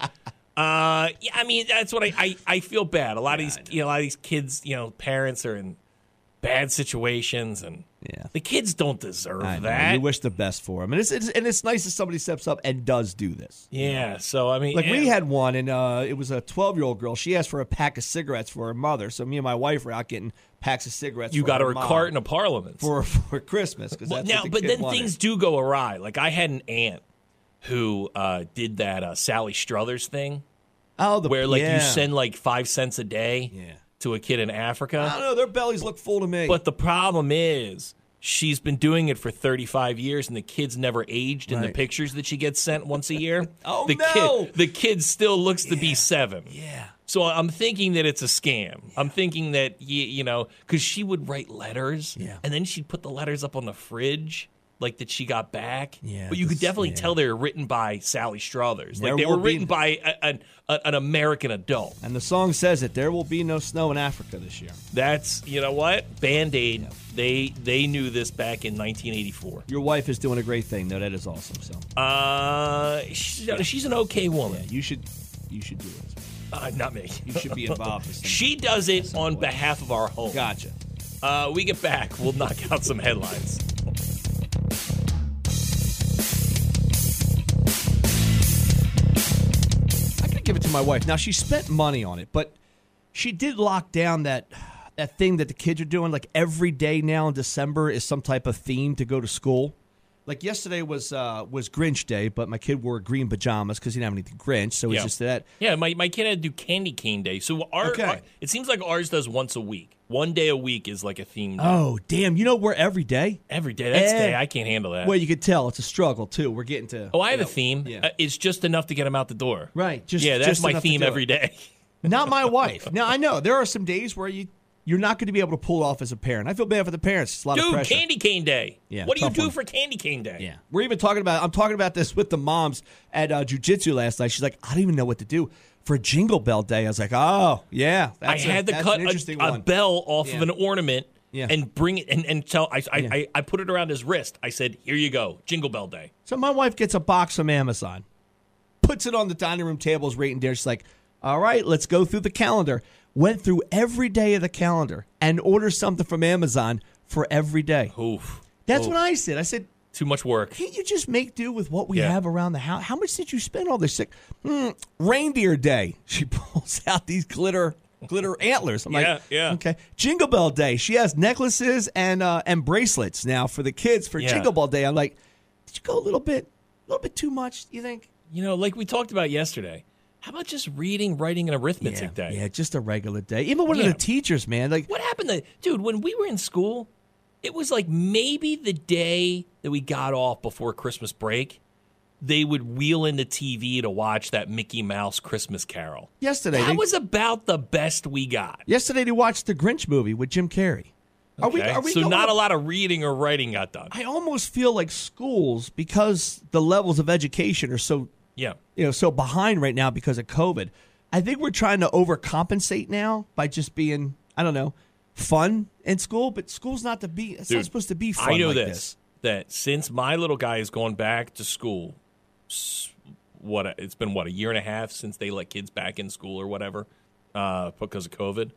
Speaker 1: Uh, yeah, I mean that's what I, I, I feel bad. A lot of these you know, a lot of these kids, you know, parents are in bad situations, and
Speaker 2: Yeah.
Speaker 1: the kids don't deserve
Speaker 2: I know.
Speaker 1: that.
Speaker 2: You wish the best for him, and it's, it's and it's nice that somebody steps up and does do this.
Speaker 1: yeah. So I mean,
Speaker 2: Like we
Speaker 1: yeah.
Speaker 2: had one, and uh, it was a 12 year old girl. She asked for a pack of cigarettes for her mother, so me and my wife were out getting packs of cigarettes.
Speaker 1: you
Speaker 2: for
Speaker 1: got
Speaker 2: her
Speaker 1: her a
Speaker 2: mom
Speaker 1: carton of parliaments.
Speaker 2: for for Christmas because
Speaker 1: Well,
Speaker 2: that's
Speaker 1: now,
Speaker 2: what the
Speaker 1: but
Speaker 2: kid
Speaker 1: then
Speaker 2: wanted.
Speaker 1: things do go awry. Like I had an aunt who uh, did that uh, Sally Struthers thing,
Speaker 2: oh, the,
Speaker 1: where like
Speaker 2: yeah.
Speaker 1: you send like five cents a day
Speaker 2: Yeah.
Speaker 1: to a kid in
Speaker 2: I
Speaker 1: Africa.
Speaker 2: don't know. Their bellies look full to me.
Speaker 1: But the problem is, she's been doing it for 35 years, and the kid's never aged in the
Speaker 2: Right.
Speaker 1: pictures that she gets sent once a year.
Speaker 2: Oh,
Speaker 1: the
Speaker 2: no.
Speaker 1: Kid, the kid still looks to be seven.
Speaker 2: yeah.
Speaker 1: So I'm thinking that it's a scam. I'm thinking that you, you know, because she would write letters,
Speaker 2: Yeah.
Speaker 1: and then she'd put the letters up on the fridge, like that she got back.
Speaker 2: Yeah,
Speaker 1: but you could
Speaker 2: this-
Speaker 1: definitely
Speaker 2: yeah.
Speaker 1: tell they were written by Sally Struthers,
Speaker 2: There
Speaker 1: like they were
Speaker 2: will be-
Speaker 1: written by a, an a, an American adult.
Speaker 2: And the song says it. There will be no snow in Africa this year.
Speaker 1: That's you know what Band Aid. They they knew this back in 1984.
Speaker 2: Your wife is doing a great thing, though. That is awesome. So
Speaker 1: Uh, she's, she's an okay woman.
Speaker 2: you should, you should do it.
Speaker 1: Uh, not me.
Speaker 2: You should be involved. with some-
Speaker 1: She does it on behalf of our home.
Speaker 2: Gotcha.
Speaker 1: Uh, we get back. We'll knock out some headlines.
Speaker 2: I gotta give it to my wife. Now she spent money on it, but she did lock down that that thing that the kids are doing. Like every day now in December is some type of theme to go to school. Like yesterday was uh, was Grinch Day, but my kid wore green pajamas because he didn't have anything Grinch, so
Speaker 1: Yeah.
Speaker 2: it's just that.
Speaker 1: Yeah, my, my kid had to do Candy Cane Day. So our,
Speaker 2: Okay.
Speaker 1: our- it seems like ours does once a week. One day a week is like a theme. day.
Speaker 2: Oh damn! You know we're every day.
Speaker 1: Every day. That's
Speaker 2: Eh.
Speaker 1: day. I can't handle that.
Speaker 2: Well, you could tell it's a struggle too. We're getting to
Speaker 1: oh, I have
Speaker 2: you
Speaker 1: a
Speaker 2: know,
Speaker 1: theme.
Speaker 2: Yeah.
Speaker 1: Uh, it's just enough to get him out the door.
Speaker 2: Right, just-
Speaker 1: yeah, that's
Speaker 2: just
Speaker 1: my
Speaker 2: enough to
Speaker 1: theme
Speaker 2: do
Speaker 1: every
Speaker 2: it.
Speaker 1: day.
Speaker 2: Not my wife. Now I know there are some days where you you're not going to be able to pull off as a parent. I feel bad for the parents. It's a lot of
Speaker 1: Dude,
Speaker 2: pressure.
Speaker 1: Candy Cane Day.
Speaker 2: Yeah,
Speaker 1: what do you
Speaker 2: tough
Speaker 1: do
Speaker 2: one.
Speaker 1: for Candy Cane Day?
Speaker 2: Yeah. We're even talking about I'm talking about this with the moms at uh, jujitsu last night. She's like, I don't even know what to do for Jingle Bell Day. I was like, Oh yeah,
Speaker 1: I
Speaker 2: that's a-
Speaker 1: had to
Speaker 2: that's
Speaker 1: cut
Speaker 2: an interesting
Speaker 1: a, a
Speaker 2: one.
Speaker 1: bell off of
Speaker 2: Yeah.
Speaker 1: an ornament
Speaker 2: Yeah.
Speaker 1: and bring it and, and tell I I,
Speaker 2: Yeah.
Speaker 1: I I put it around his wrist. I said, "Here you go, Jingle Bell Day."
Speaker 2: So my wife gets a box from Amazon, puts it on the dining room table, is right in there. She's like, All right, let's go through the calendar. Went through every day of the calendar and ordered something from Amazon for every day.
Speaker 1: Oof,
Speaker 2: That's what I said. I said,
Speaker 1: too much work.
Speaker 2: can't you just make do with what we
Speaker 1: Yeah.
Speaker 2: have around the house? How much did you spend all this? Sick mm, reindeer day. She pulls out these glitter glitter antlers. I'm
Speaker 1: Yeah,
Speaker 2: like,
Speaker 1: yeah.
Speaker 2: okay. Jingle Bell Day. She has necklaces and uh, and bracelets now for the kids for
Speaker 1: Yeah.
Speaker 2: Jingle Bell Day. I'm like, did you go a little bit, a little bit too much? You think?
Speaker 1: You know, like we talked about yesterday. How about just reading, writing, and arithmetic
Speaker 2: yeah,
Speaker 1: day?
Speaker 2: yeah, just a regular day. Even one
Speaker 1: Yeah.
Speaker 2: of the teachers, man, like
Speaker 1: What happened to dude? When we were in school, it was like maybe the day that we got off before Christmas break. They would wheel in the TV to watch that Mickey Mouse Christmas Carol.
Speaker 2: yesterday.
Speaker 1: That
Speaker 2: they-
Speaker 1: was about the best we got.
Speaker 2: yesterday they watched the Grinch movie with Jim Carrey. Are we?
Speaker 1: okay?
Speaker 2: Are we
Speaker 1: so
Speaker 2: going
Speaker 1: not
Speaker 2: to-
Speaker 1: a lot of reading or writing got done.
Speaker 2: I almost feel like schools, because the levels of education are so
Speaker 1: Yeah.
Speaker 2: you know so behind right now because of COVID. I think we're trying to overcompensate now by just being I don't know fun in school, but school's not to be. It's
Speaker 1: Dude,
Speaker 2: not supposed to be fun.
Speaker 1: I know
Speaker 2: like
Speaker 1: this,
Speaker 2: this.
Speaker 1: that since my little guy has gone back to school, s- what a- it's been what a year and a half since they let kids back in school or whatever uh, because of COVID.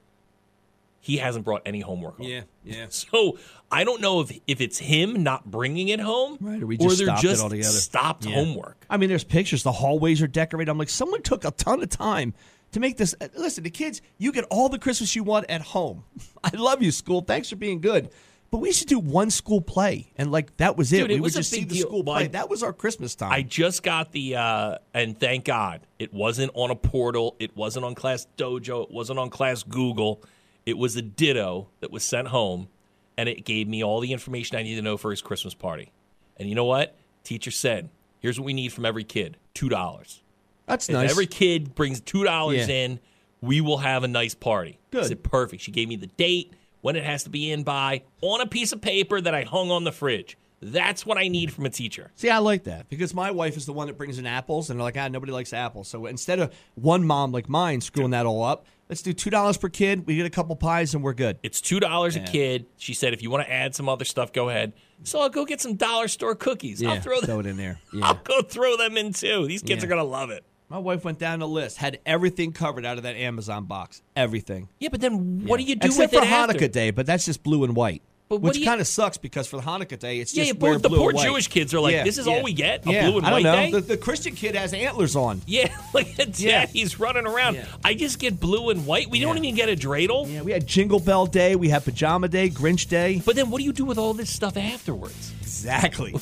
Speaker 1: He hasn't brought any homework home.
Speaker 2: yeah.
Speaker 1: So I don't know if if it's him not bringing it home,
Speaker 2: Right, or we
Speaker 1: or
Speaker 2: just
Speaker 1: they're
Speaker 2: stopped it
Speaker 1: just
Speaker 2: altogether.
Speaker 1: stopped homework.
Speaker 2: I mean, there's pictures. The hallways are decorated. I'm like, someone took a ton of time to make this. uh, Listen, the kids, you get all the Christmas you want at home. I love you, school. Thanks for being good. But we should do one school play, and like that was it.
Speaker 1: Dude, it
Speaker 2: we
Speaker 1: was
Speaker 2: would
Speaker 1: a
Speaker 2: just see
Speaker 1: big
Speaker 2: the
Speaker 1: deal.
Speaker 2: school
Speaker 1: Well, I-
Speaker 2: play. That was our Christmas time.
Speaker 1: I just got the uh and thank God it wasn't on a portal, it wasn't on Class Dojo, it wasn't on Class Google. It was a ditto that was sent home and it gave me all the information I needed to know for his Christmas party. And you know what? Teacher said, here's what we need from every kid. Two dollars.
Speaker 2: That's
Speaker 1: If
Speaker 2: nice.
Speaker 1: every kid brings two dollars
Speaker 2: Yeah.
Speaker 1: in, we will have a nice party. I
Speaker 2: Good.
Speaker 1: said, perfect. She gave me the date, when it has to be in by, on a piece of paper that I hung on the fridge. That's what I need from a teacher.
Speaker 2: See, I like that because my wife is the one that brings in apples, and they're like, ah, nobody likes apples. So instead of one mom like mine screwing that all up, let's do two dollars per kid. We get a couple pies, and we're good.
Speaker 1: It's two dollars a kid. She said, if you want to add some other stuff, go ahead. So I'll go get some dollar store cookies. I'll throw them.
Speaker 2: it in there.
Speaker 1: I'll go throw them in too. These kids
Speaker 2: Yeah.
Speaker 1: are gonna love it.
Speaker 2: My wife went down the list, had everything covered out of that Amazon box. Everything.
Speaker 1: Yeah, but then what do you do
Speaker 2: Except
Speaker 1: with
Speaker 2: for
Speaker 1: it
Speaker 2: Hanukkah
Speaker 1: after?
Speaker 2: Day, but that's just blue and white.
Speaker 1: But what
Speaker 2: which
Speaker 1: do you-
Speaker 2: kind of sucks because for the Hanukkah Day, it's
Speaker 1: Yeah,
Speaker 2: just
Speaker 1: but
Speaker 2: wear
Speaker 1: the
Speaker 2: blue
Speaker 1: poor
Speaker 2: and white.
Speaker 1: Jewish kids are like, this is all we get? A blue and
Speaker 2: I don't
Speaker 1: white
Speaker 2: know.
Speaker 1: day?
Speaker 2: The, the Christian kid has antlers on.
Speaker 1: Yeah, like that's
Speaker 2: Yeah.
Speaker 1: it. He's running around.
Speaker 2: Yeah.
Speaker 1: I just get blue and white. We don't
Speaker 2: Yeah.
Speaker 1: even get a dreidel.
Speaker 2: Yeah, we had Jingle Bell Day, we had Pajama Day, Grinch Day.
Speaker 1: But then what do you do with all this stuff afterwards?
Speaker 2: Exactly.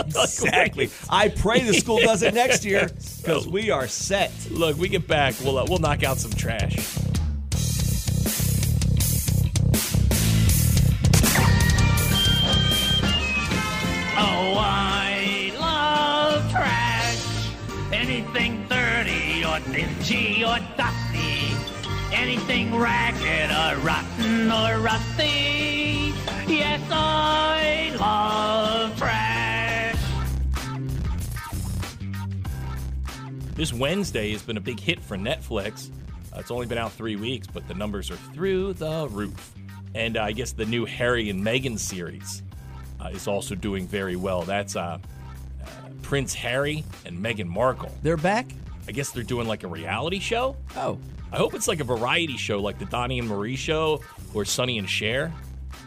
Speaker 2: exactly. I pray the school does it next year because we are set.
Speaker 1: Look, we get back. We'll uh, we'll knock out some trash.
Speaker 5: It's G or Dusty. Anything ragged or rotten or rusty. Yes, I love trash.
Speaker 1: This Wednesday has been a big hit for Netflix. Uh, it's only been out three weeks, but the numbers are through the roof. And uh, I guess the new Harry and Meghan series uh, is also doing very well. That's uh, uh, Prince Harry and Meghan Markle.
Speaker 6: They're back?
Speaker 1: I guess they're doing like a reality show.
Speaker 6: Oh.
Speaker 1: I hope it's like a variety show, like the Donnie and Marie show or Sonny and Cher.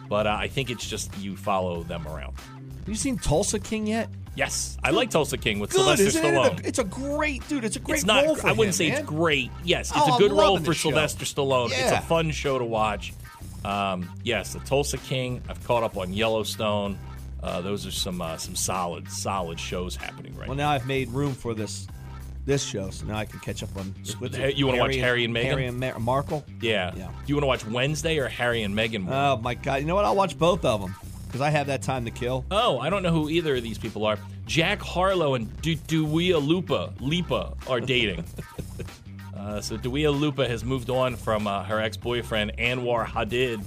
Speaker 1: But uh, I think it's just you follow them around.
Speaker 2: Have you seen Tulsa King yet?
Speaker 1: Yes, I like Tulsa King with
Speaker 2: Good,
Speaker 1: Sylvester
Speaker 2: isn't
Speaker 1: Stallone.
Speaker 2: it? It's a great dude. It's a great
Speaker 1: It's not.
Speaker 2: role for
Speaker 1: I wouldn't
Speaker 2: him,
Speaker 1: say
Speaker 2: man.
Speaker 1: it's great. Yes, it's
Speaker 2: Oh,
Speaker 1: a good
Speaker 2: I'm
Speaker 1: role
Speaker 2: loving
Speaker 1: for
Speaker 2: this show.
Speaker 1: Sylvester Stallone. It's a
Speaker 2: Yeah.
Speaker 1: fun show to watch. Um, yes, the Tulsa King. I've caught up on Yellowstone. Uh, those are some uh, some solid solid shows happening right
Speaker 2: Well,
Speaker 1: now.
Speaker 2: now I've made room for this this show, so now I can catch up on. what's it?
Speaker 1: you wanna watch Harry and Meghan?
Speaker 2: Harry and Mar- Markle.
Speaker 1: Yeah.
Speaker 2: Yeah.
Speaker 1: Do you want to watch Wednesday or Harry and Meghan?
Speaker 2: Oh my god! You know what? I'll watch both of them because I have that time to kill.
Speaker 1: oh, I don't know who either of these people are. Jack Harlow and du- Duia Lupa Lipa are dating. uh, so Duia Lupa has moved on from uh, her ex-boyfriend Anwar Hadid,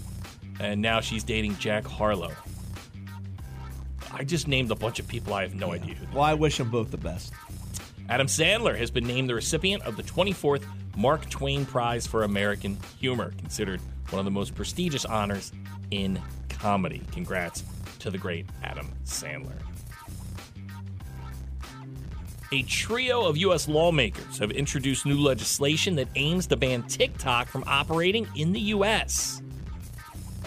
Speaker 1: and now she's dating Jack Harlow. I just named a bunch of people. I have no idea who. they-
Speaker 2: Well, I wish them both the best.
Speaker 1: Adam Sandler has been named the recipient of the 24th Mark Twain Prize for American Humor, considered one of the most prestigious honors in comedy. Congrats to the great Adam Sandler. A trio of U.S. lawmakers have introduced new legislation that aims to ban TikTok from operating in the U.S.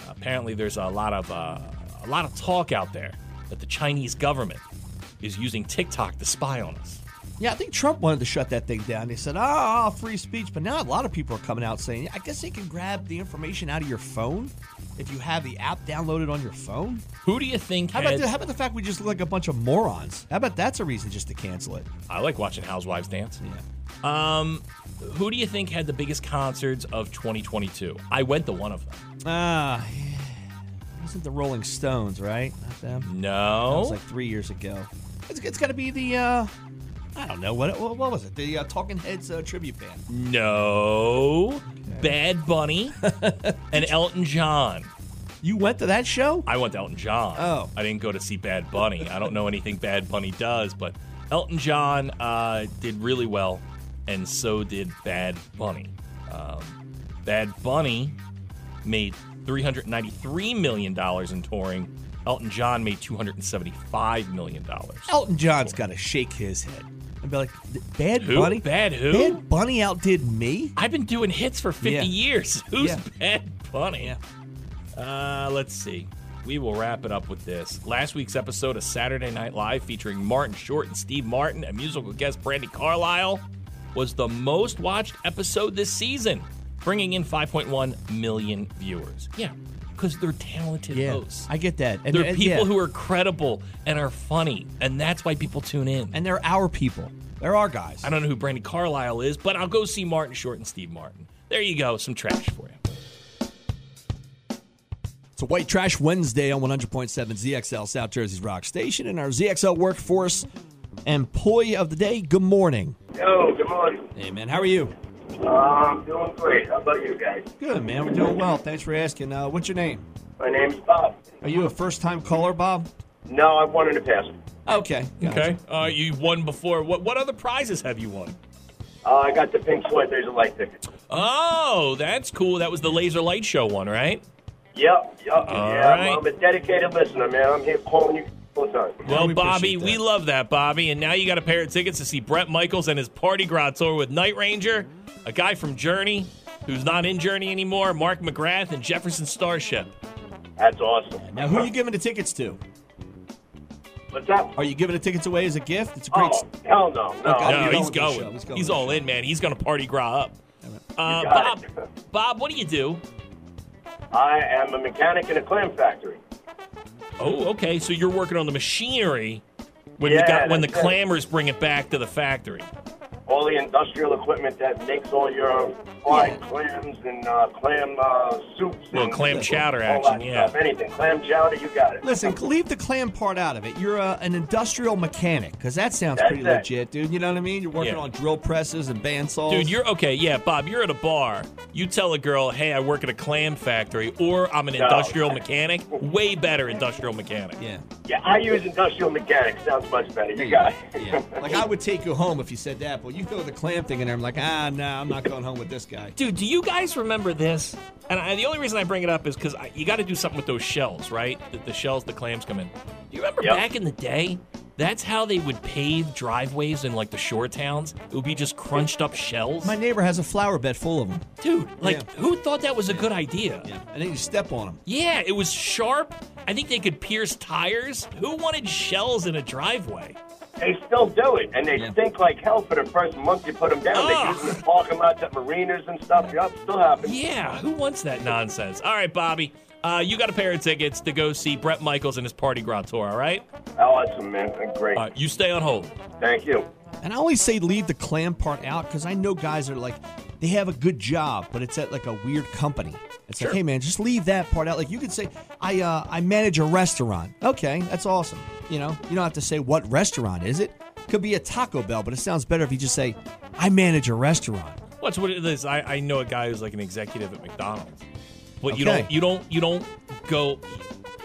Speaker 1: Apparently, there's a lot of uh, a lot of talk out there that the Chinese government is using TikTok to spy on us.
Speaker 2: Yeah, I think Trump wanted to shut that thing down. He said, "Ah, free speech," but now a lot of people are coming out saying, "I guess they can grab the information out of your phone if you have the app downloaded on your phone."
Speaker 1: Who do you think?
Speaker 2: How about
Speaker 1: had-
Speaker 2: the, how about the fact we just look like a bunch of morons? How about that's a reason just to cancel it?
Speaker 1: I like watching housewives dance. Yeah. Um, who do you think had the biggest concerts of 2022? I went to one of them.
Speaker 2: Ah, wasn't the Rolling Stones right? Not them. That
Speaker 1: No.
Speaker 2: was like three years ago. It's, it's got to be the, uh, I don't know, what what, what was it? The uh, Talking Heads uh, tribute band.
Speaker 1: no. Bad Bunny and Elton John.
Speaker 2: You went to that show?
Speaker 1: I went to Elton John.
Speaker 2: Oh.
Speaker 1: I didn't go to see Bad Bunny. I don't know anything Bad Bunny does, but Elton John uh, did really well, and so did Bad Bunny. Um, Bad Bunny made $393 million in touring. Elton John made $275 million.
Speaker 2: Elton John's got to shake his head and be like, Bad
Speaker 1: Who?
Speaker 2: Bunny?
Speaker 1: Bad who?
Speaker 2: Bad Bunny outdid me?
Speaker 1: I've been doing hits for 50
Speaker 2: Yeah.
Speaker 1: years. Who's
Speaker 2: Yeah.
Speaker 1: Bad Bunny? Uh, let's see. We will wrap it up with this. Last week's episode of Saturday Night Live featuring Martin Short and Steve Martin and musical guest Brandy Carlisle was the most watched episode this season, bringing in 5.1 million viewers. Yeah, because they're talented hosts.
Speaker 2: I get that. And
Speaker 1: they're people
Speaker 2: yeah.
Speaker 1: who are credible and are funny, and that's why people tune in.
Speaker 2: And they're our people. They're our guys.
Speaker 1: I don't know who Brandy Carlisle is, but I'll go see Martin Short and Steve Martin. There you go, some trash for you.
Speaker 2: It's a White Trash Wednesday on 100.7 ZXL South Jersey's Rock Station and our ZXL Workforce Employee of the Day. Good morning.
Speaker 7: Yo, good morning.
Speaker 2: Hey, man, how are you?
Speaker 7: Uh, I'm doing great. How about you guys?
Speaker 2: Good, man. We're doing well. Thanks for asking. Uh, what's your name?
Speaker 7: My name's Bob.
Speaker 2: Are you a first time caller, Bob?
Speaker 7: No, I wanted to pass.
Speaker 2: Okay. gotcha.
Speaker 1: Okay. Uh, you won before. What what other prizes have you won?
Speaker 7: Uh, I got the Pink Floyd Laser Light ticket.
Speaker 1: Oh, that's cool. That was the laser light show one, right?
Speaker 7: Yep, yep. yeah,
Speaker 1: right.
Speaker 7: I'm a dedicated listener, man. I'm here calling you all the time.
Speaker 1: Well,
Speaker 2: we
Speaker 1: Bobby,
Speaker 2: appreciate that.
Speaker 1: we love that, Bobby. And now you got a pair of tickets to see Brett Michaels and his party grad tour with Night Ranger, a guy from Journey who's not in Journey anymore, Mark McGrath, and Jefferson Starship.
Speaker 7: That's awesome.
Speaker 2: Now, who are you giving the tickets to?
Speaker 7: What's up?
Speaker 2: Are you giving the tickets away as a gift? It's a great.
Speaker 7: Oh, hell no. No.
Speaker 2: Okay.
Speaker 1: No,
Speaker 2: He's going
Speaker 1: he's
Speaker 2: with the show.
Speaker 1: going.
Speaker 2: He's
Speaker 1: He's,
Speaker 2: going with
Speaker 1: all
Speaker 2: the
Speaker 1: in, man. He's going to party gra up. Uh,
Speaker 7: You
Speaker 1: Bob,
Speaker 7: got it.
Speaker 1: Bob, what do you do?
Speaker 7: I am a mechanic in a clam factory.
Speaker 1: Oh, okay. So you're working on the machinery when
Speaker 7: Yeah,
Speaker 1: we got when the
Speaker 7: that's it.
Speaker 1: clammers bring it back to the factory.
Speaker 7: all the industrial equipment that makes all your fried clams and uh, clam uh, soups.
Speaker 1: Little
Speaker 7: and
Speaker 1: clam chowder
Speaker 7: all
Speaker 1: action,
Speaker 7: that
Speaker 1: yeah.
Speaker 7: Stuff. Anything. Clam chowder, you got it.
Speaker 2: Listen, leave the clam part out of it. You're a, an industrial mechanic, because that sounds
Speaker 7: That's
Speaker 2: pretty
Speaker 7: it.
Speaker 2: legit, dude. You know what I mean? You're working
Speaker 1: Yeah.
Speaker 2: on drill presses and
Speaker 7: Oh.
Speaker 2: bandsaws.
Speaker 1: Dude, you're okay. Yeah, Bob, you're at a bar. You tell a girl, hey, I work at a clam factory or I'm an
Speaker 7: No.
Speaker 1: industrial mechanic. Way better industrial mechanic.
Speaker 2: Yeah.
Speaker 7: Yeah, I use industrial mechanics. Sounds much better. You got it.
Speaker 2: Yeah. Like, I would take you home if you said that, but you throw the clam thing in there. I'm like, ah, no, I'm not going home with this guy.
Speaker 1: Dude, do you guys remember this? And I, the only reason I bring it up is because you got to do something with those shells, right? The, the shells the clams come in. Do you remember
Speaker 7: Yep.
Speaker 1: back in the day? That's how they would pave driveways in like the shore towns. It would be just crunched up shells.
Speaker 2: My neighbor has a flower bed full of them.
Speaker 1: Dude, like,
Speaker 2: Yeah.
Speaker 1: who thought that was a good idea?
Speaker 2: Yeah. And then you step on them.
Speaker 1: Yeah, it was sharp. I think they could pierce tires. Who wanted shells in a driveway?
Speaker 7: They still do it, and they stink like hell for the first month you put them down.
Speaker 1: Ugh.
Speaker 7: They use them to park them out at marinas and stuff. Yep, still happens.
Speaker 1: Yeah, who wants that nonsense? All right, Bobby, uh, you got a pair of tickets to go see Brett Michaels and his party grand tour, all right?
Speaker 7: Awesome, man. Great.
Speaker 1: All right, you stay on hold.
Speaker 7: Thank you.
Speaker 2: And I always say leave the clam part out because I know guys are like, they have a good job, but it's at like a weird company. It's like, hey man, just leave that part out. Like you could say, I uh, I manage a restaurant. Okay, that's awesome. You know, you don't have to say what restaurant is it. Could be a Taco Bell, but it sounds better if you just say, I manage a restaurant.
Speaker 1: What's what it is? I, I know a guy who's like an executive at McDonald's, but you
Speaker 2: Okay.
Speaker 1: don't you don't you don't go.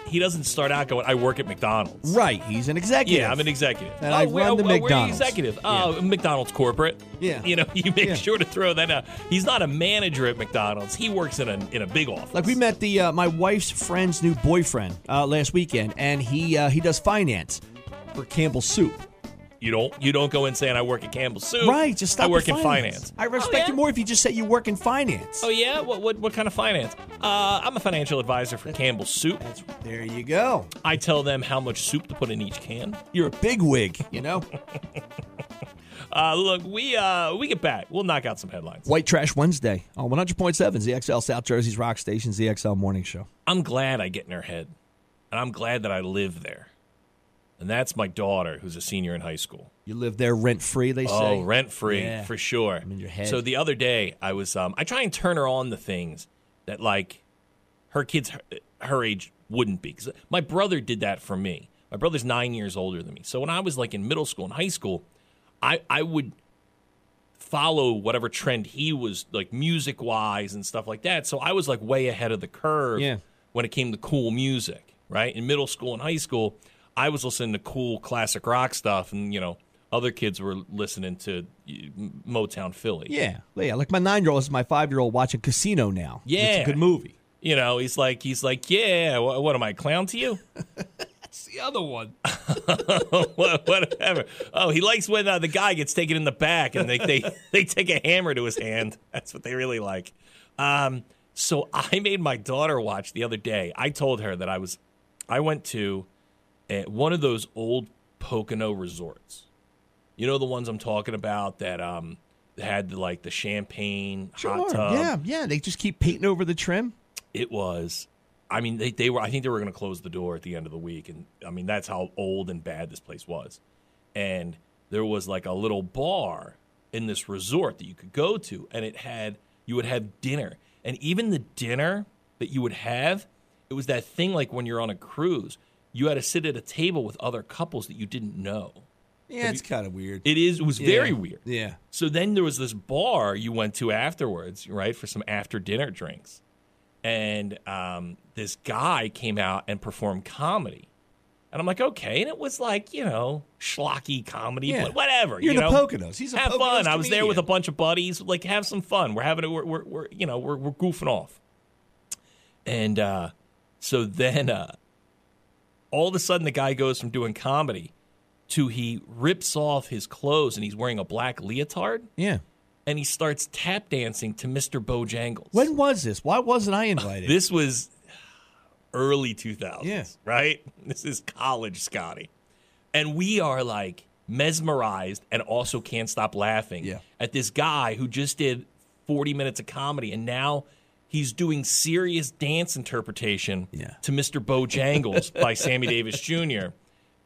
Speaker 1: He doesn't start out going. I work at McDonald's.
Speaker 2: Right, he's an executive.
Speaker 1: Yeah, I'm an executive. Oh,
Speaker 2: And I
Speaker 1: where-
Speaker 2: run the
Speaker 1: where are you
Speaker 2: McDonald's.
Speaker 1: executive.
Speaker 2: Yeah.
Speaker 1: Oh, McDonald's corporate.
Speaker 2: Yeah.
Speaker 1: You know, you make
Speaker 2: Yeah.
Speaker 1: sure to throw that out. He's not a manager at McDonald's. He works in a in a big office.
Speaker 2: Like we met the uh, my wife's friend's new boyfriend uh, last weekend, and he uh, he does finance for Campbell Soup.
Speaker 1: You don't you don't go in saying I work at Campbell Soup.
Speaker 2: Right, just stop.
Speaker 1: I
Speaker 2: the
Speaker 1: work in finance.
Speaker 2: I respect
Speaker 1: Oh, yeah?
Speaker 2: you more if you just say you work in finance.
Speaker 1: Oh yeah, what what what kind of finance? Uh, I'm a financial advisor for Campbell Soup.
Speaker 2: That's, there you go.
Speaker 1: I tell them how much soup to put in each can.
Speaker 2: You're a big wig, you know.
Speaker 1: Uh, look, we uh, we get back. We'll knock out some headlines.
Speaker 2: White Trash Wednesday on 100.7 ZXL South Jersey's Rock Station ZXL Morning Show.
Speaker 1: I'm glad I get in her head, and I'm glad that I live there. And that's my daughter, who's a senior in high school.
Speaker 2: You live there rent free, they say.
Speaker 1: Oh, rent free
Speaker 2: Yeah.
Speaker 1: for sure.
Speaker 2: I'm in your head.
Speaker 1: So the other day, I was um, I try and turn her on to things that like her kids her, her age wouldn't be. 'Cause my brother did that for me. My brother's nine years older than me. So when I was like in middle school and high school, I I would follow whatever trend he was like music wise and stuff like that. So I was like way ahead of the curve
Speaker 2: Yeah.
Speaker 1: when it came to cool music, right? In middle school and high school, I was listening to cool classic rock stuff, and you know, other kids were listening to uh, M- Motown Philly.
Speaker 2: Yeah, yeah. Like my nine year old is my five year old watching Casino now. it's
Speaker 1: Yeah.
Speaker 2: a good movie.
Speaker 1: You know, he's like, he's like, yeah, what, what am I, a clown to you?
Speaker 2: It's the other one.
Speaker 1: Wha- Whatever. Oh, he likes when uh, the guy gets taken in the back and they, they, they take a hammer to his hand. That's what they really like. Um, so I made my daughter watch the other day. I told her that I was, I went to uh, one of those old Pocono resorts. You know the ones I'm talking about that um had like the champagne
Speaker 2: Sure.
Speaker 1: hot tub.
Speaker 2: Yeah, yeah. They just keep painting over the trim.
Speaker 1: It was. I mean, they, they were. I think they were going to close the door at the end of the week, and I mean that's how old and bad this place was. And there was like a little bar in this resort that you could go to, and it had you would have dinner, and even the dinner that you would have, it was that thing like when you're on a cruise, you had to sit at a table with other couples that you didn't know.
Speaker 2: Yeah, it's kind of weird.
Speaker 1: It is. It was very weird.
Speaker 2: Yeah.
Speaker 1: So then there was this bar you went to afterwards, right, for some after dinner drinks. And um, this guy came out and performed comedy. And I'm like, okay. And it was like, you know, schlocky comedy,
Speaker 2: Yeah.
Speaker 1: but whatever.
Speaker 2: You're
Speaker 1: you
Speaker 2: the
Speaker 1: know?
Speaker 2: Poconos. He's a
Speaker 1: have
Speaker 2: Poconos
Speaker 1: fun. I was there with a
Speaker 2: comedian.
Speaker 1: bunch of buddies. Like, have some fun. We're having a, we're, we're, we're you know, we're, we're goofing off. And uh, so then uh, all of a sudden the guy goes from doing comedy to he rips off his clothes and he's wearing a black leotard
Speaker 2: Yeah.
Speaker 1: and he starts tap dancing to Mr. Bojangles.
Speaker 2: When was this? Why wasn't I invited?
Speaker 1: This was early 2000s,
Speaker 2: Yeah.
Speaker 1: right? This is college, Scotty. And we are like mesmerized and also can't stop laughing
Speaker 2: Yeah.
Speaker 1: at this guy who just did 40 minutes of comedy and now he's doing serious dance interpretation
Speaker 2: Yeah.
Speaker 1: to Mr. Bojangles by Sammy Davis Jr.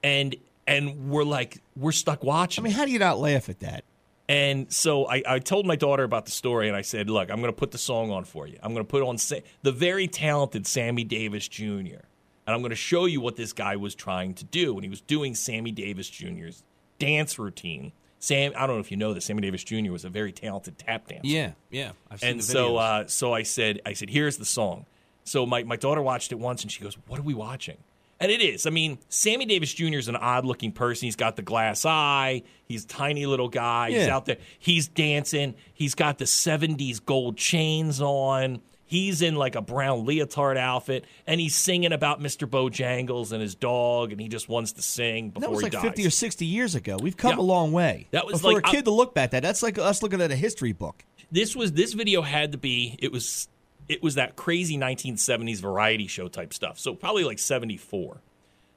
Speaker 1: And and we're like we're stuck watching.
Speaker 2: I mean, how do you not laugh at that?
Speaker 1: And so I, I told my daughter about the story, and I said, "Look, I'm going to put the song on for you. I'm going to put on Sa- the very talented Sammy Davis Jr. and I'm going to show you what this guy was trying to do when he was doing Sammy Davis Jr.'s dance routine. Sam, I don't know if you know this. Sammy Davis Jr. was a very talented tap dancer.
Speaker 2: Yeah, yeah. I've seen
Speaker 1: And
Speaker 2: the
Speaker 1: so,
Speaker 2: videos.
Speaker 1: uh, so I said, I said, here's the song. So my, my daughter watched it once and she goes, what are we watching? And it is. I mean, Sammy Davis Jr. is an odd looking person. He's got the glass eye. He's a tiny little guy. He's
Speaker 2: Yeah.
Speaker 1: out there. He's dancing. He's got the 70s gold chains on. He's in like a brown leotard outfit. And he's singing about Mr. Bojangles and his dog. And he just wants to sing before
Speaker 2: that was
Speaker 1: he
Speaker 2: like
Speaker 1: dies.
Speaker 2: 50 or 60 years ago. We've come
Speaker 1: Yeah.
Speaker 2: a long way.
Speaker 1: That was
Speaker 2: But for
Speaker 1: like- uh,
Speaker 2: a kid to look back that. That's like us looking at a history book.
Speaker 1: this was this video had to be it was it was that crazy 1970s variety show type stuff so probably like 74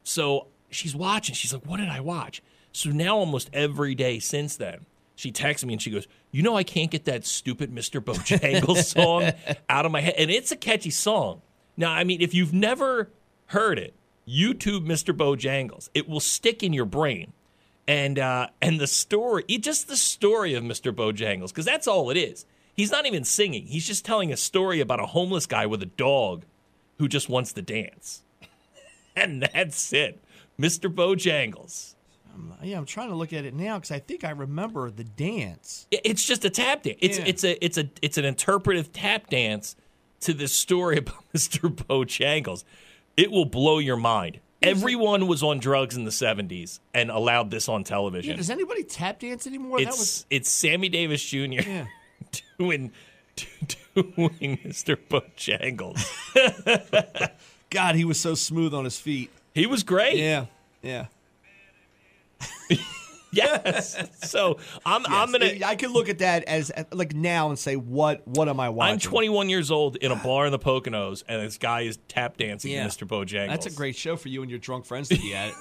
Speaker 1: so she's watching she's like what did i watch so now almost every day since then she texts me and she goes you know i can't get that stupid mr bojangles song out of my head and it's a catchy song now i mean if you've never heard it youtube mr bojangles it will stick in your brain and uh, and the story, it- just the story of Mr. Bojangles, because that's all it is. He's not even singing. He's just telling a story about a homeless guy with a dog who just wants to dance, and that's it. Mr. Bojangles.
Speaker 2: Yeah, I'm trying to look at it now because I think I remember the dance.
Speaker 1: I- It's just a tap dance. It's
Speaker 2: Yeah.
Speaker 1: it's a it's a it's an interpretive tap dance to this story about Mr. Bojangles. It will blow your mind. Everyone was on drugs in the '70s and allowed this on television.
Speaker 2: Yeah, does anybody tap dance anymore?
Speaker 1: it's
Speaker 2: that was
Speaker 1: it's Sammy Davis Jr.
Speaker 2: yeah.
Speaker 1: doing doing Mr. Bojangles.
Speaker 2: God, he was so smooth on his feet.
Speaker 1: He was great.
Speaker 2: Yeah, yeah.
Speaker 1: Yes. So I'm I'm gonna
Speaker 2: I could look at that as uh, like now and say, what What am I watching?
Speaker 1: I'm 21 years old in a bar in the Poconos, and this guy is tap dancing to
Speaker 2: Yeah.
Speaker 1: Mr. Bojangles.
Speaker 2: That's a great show for you and your drunk friends to be at.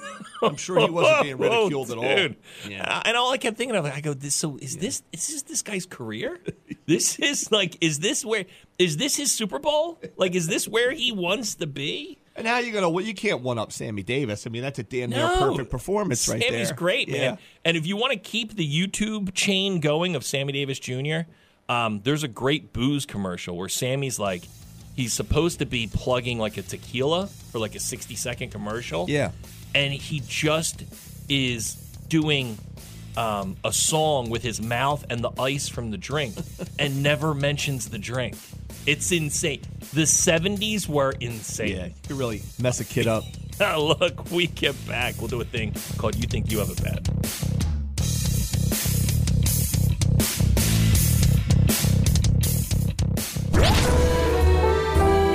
Speaker 2: I'm sure he wasn't being
Speaker 1: Whoa,
Speaker 2: ridiculed at all.
Speaker 1: dude.
Speaker 2: Yeah.
Speaker 1: Uh, and all I kept thinking of, I go, this, so is this is this this guy's career? this is like, is this where is this his Super Bowl? Like, is this where he wants to be?
Speaker 2: And how you gonna? Well, you can't one up Sammy Davis. I mean, that's a damn near
Speaker 1: No.
Speaker 2: perfect performance right there.
Speaker 1: Sammy's great, man.
Speaker 2: Yeah.
Speaker 1: And if you want to keep the YouTube chain going of Sammy Davis Jr., um, there's a great booze commercial where Sammy's like, he's supposed to be plugging like a tequila for like a 60 second commercial.
Speaker 2: Yeah.
Speaker 1: And he just is doing um, a song with his mouth and the ice from the drink and never mentions the drink. It's insane. The 70s were insane.
Speaker 2: Yeah, you could really mess a kid up.
Speaker 1: Now, look, we get back. We'll do a thing called You Think You Have a Bet.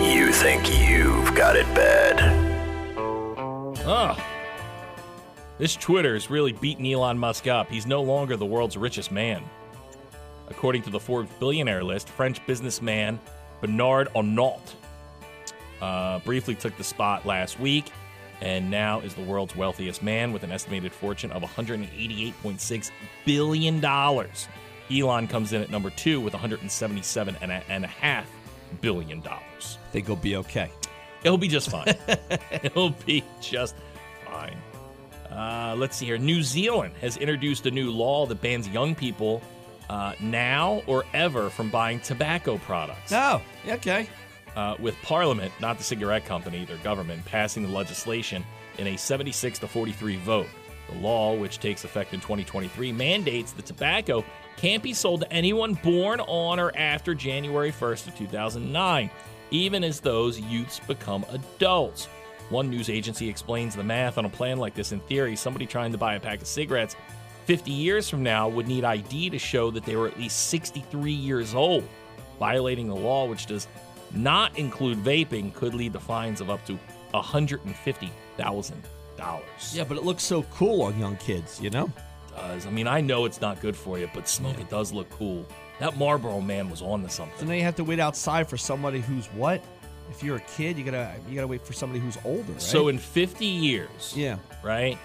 Speaker 6: You think you've got it bad.
Speaker 1: Oh. This Twitter is really beating Elon Musk up. He's no longer the world's richest man. According to the Forbes billionaire list, French businessman Bernard Arnault uh, briefly took the spot last week and now is the world's wealthiest man with an estimated fortune of $188.6 billion. Elon comes in at number two with $177.5 billion.
Speaker 2: Think he'll be okay.
Speaker 1: It'll be just fine. It'll be just fine. Uh, let's see here. New Zealand has introduced a new law that bans young people uh, now or ever from buying tobacco products.
Speaker 2: No, okay.
Speaker 1: Uh, with Parliament, not the cigarette company, their government, passing the legislation in a 76 to 43 vote. The law, which takes effect in 2023, mandates that tobacco can't be sold to anyone born on or after January 1st of 2009, even as those youths become adults. One news agency explains the math on a plan like this. In theory, somebody trying to buy a pack of cigarettes 50 years from now would need ID to show that they were at least 63 years old. Violating the law, which does not include vaping, could lead to fines of up to $150,000.
Speaker 2: Yeah, but it looks so cool on young kids, you know?
Speaker 1: It does. I mean, I know it's not good for you, but smoke it does look cool. That Marlboro man was on to
Speaker 2: So
Speaker 1: something.
Speaker 2: now you have to wait outside for somebody who's what? If you're a kid, you gotta you gotta wait for somebody who's older. Right?
Speaker 1: So in 50 years,
Speaker 2: yeah,
Speaker 1: right,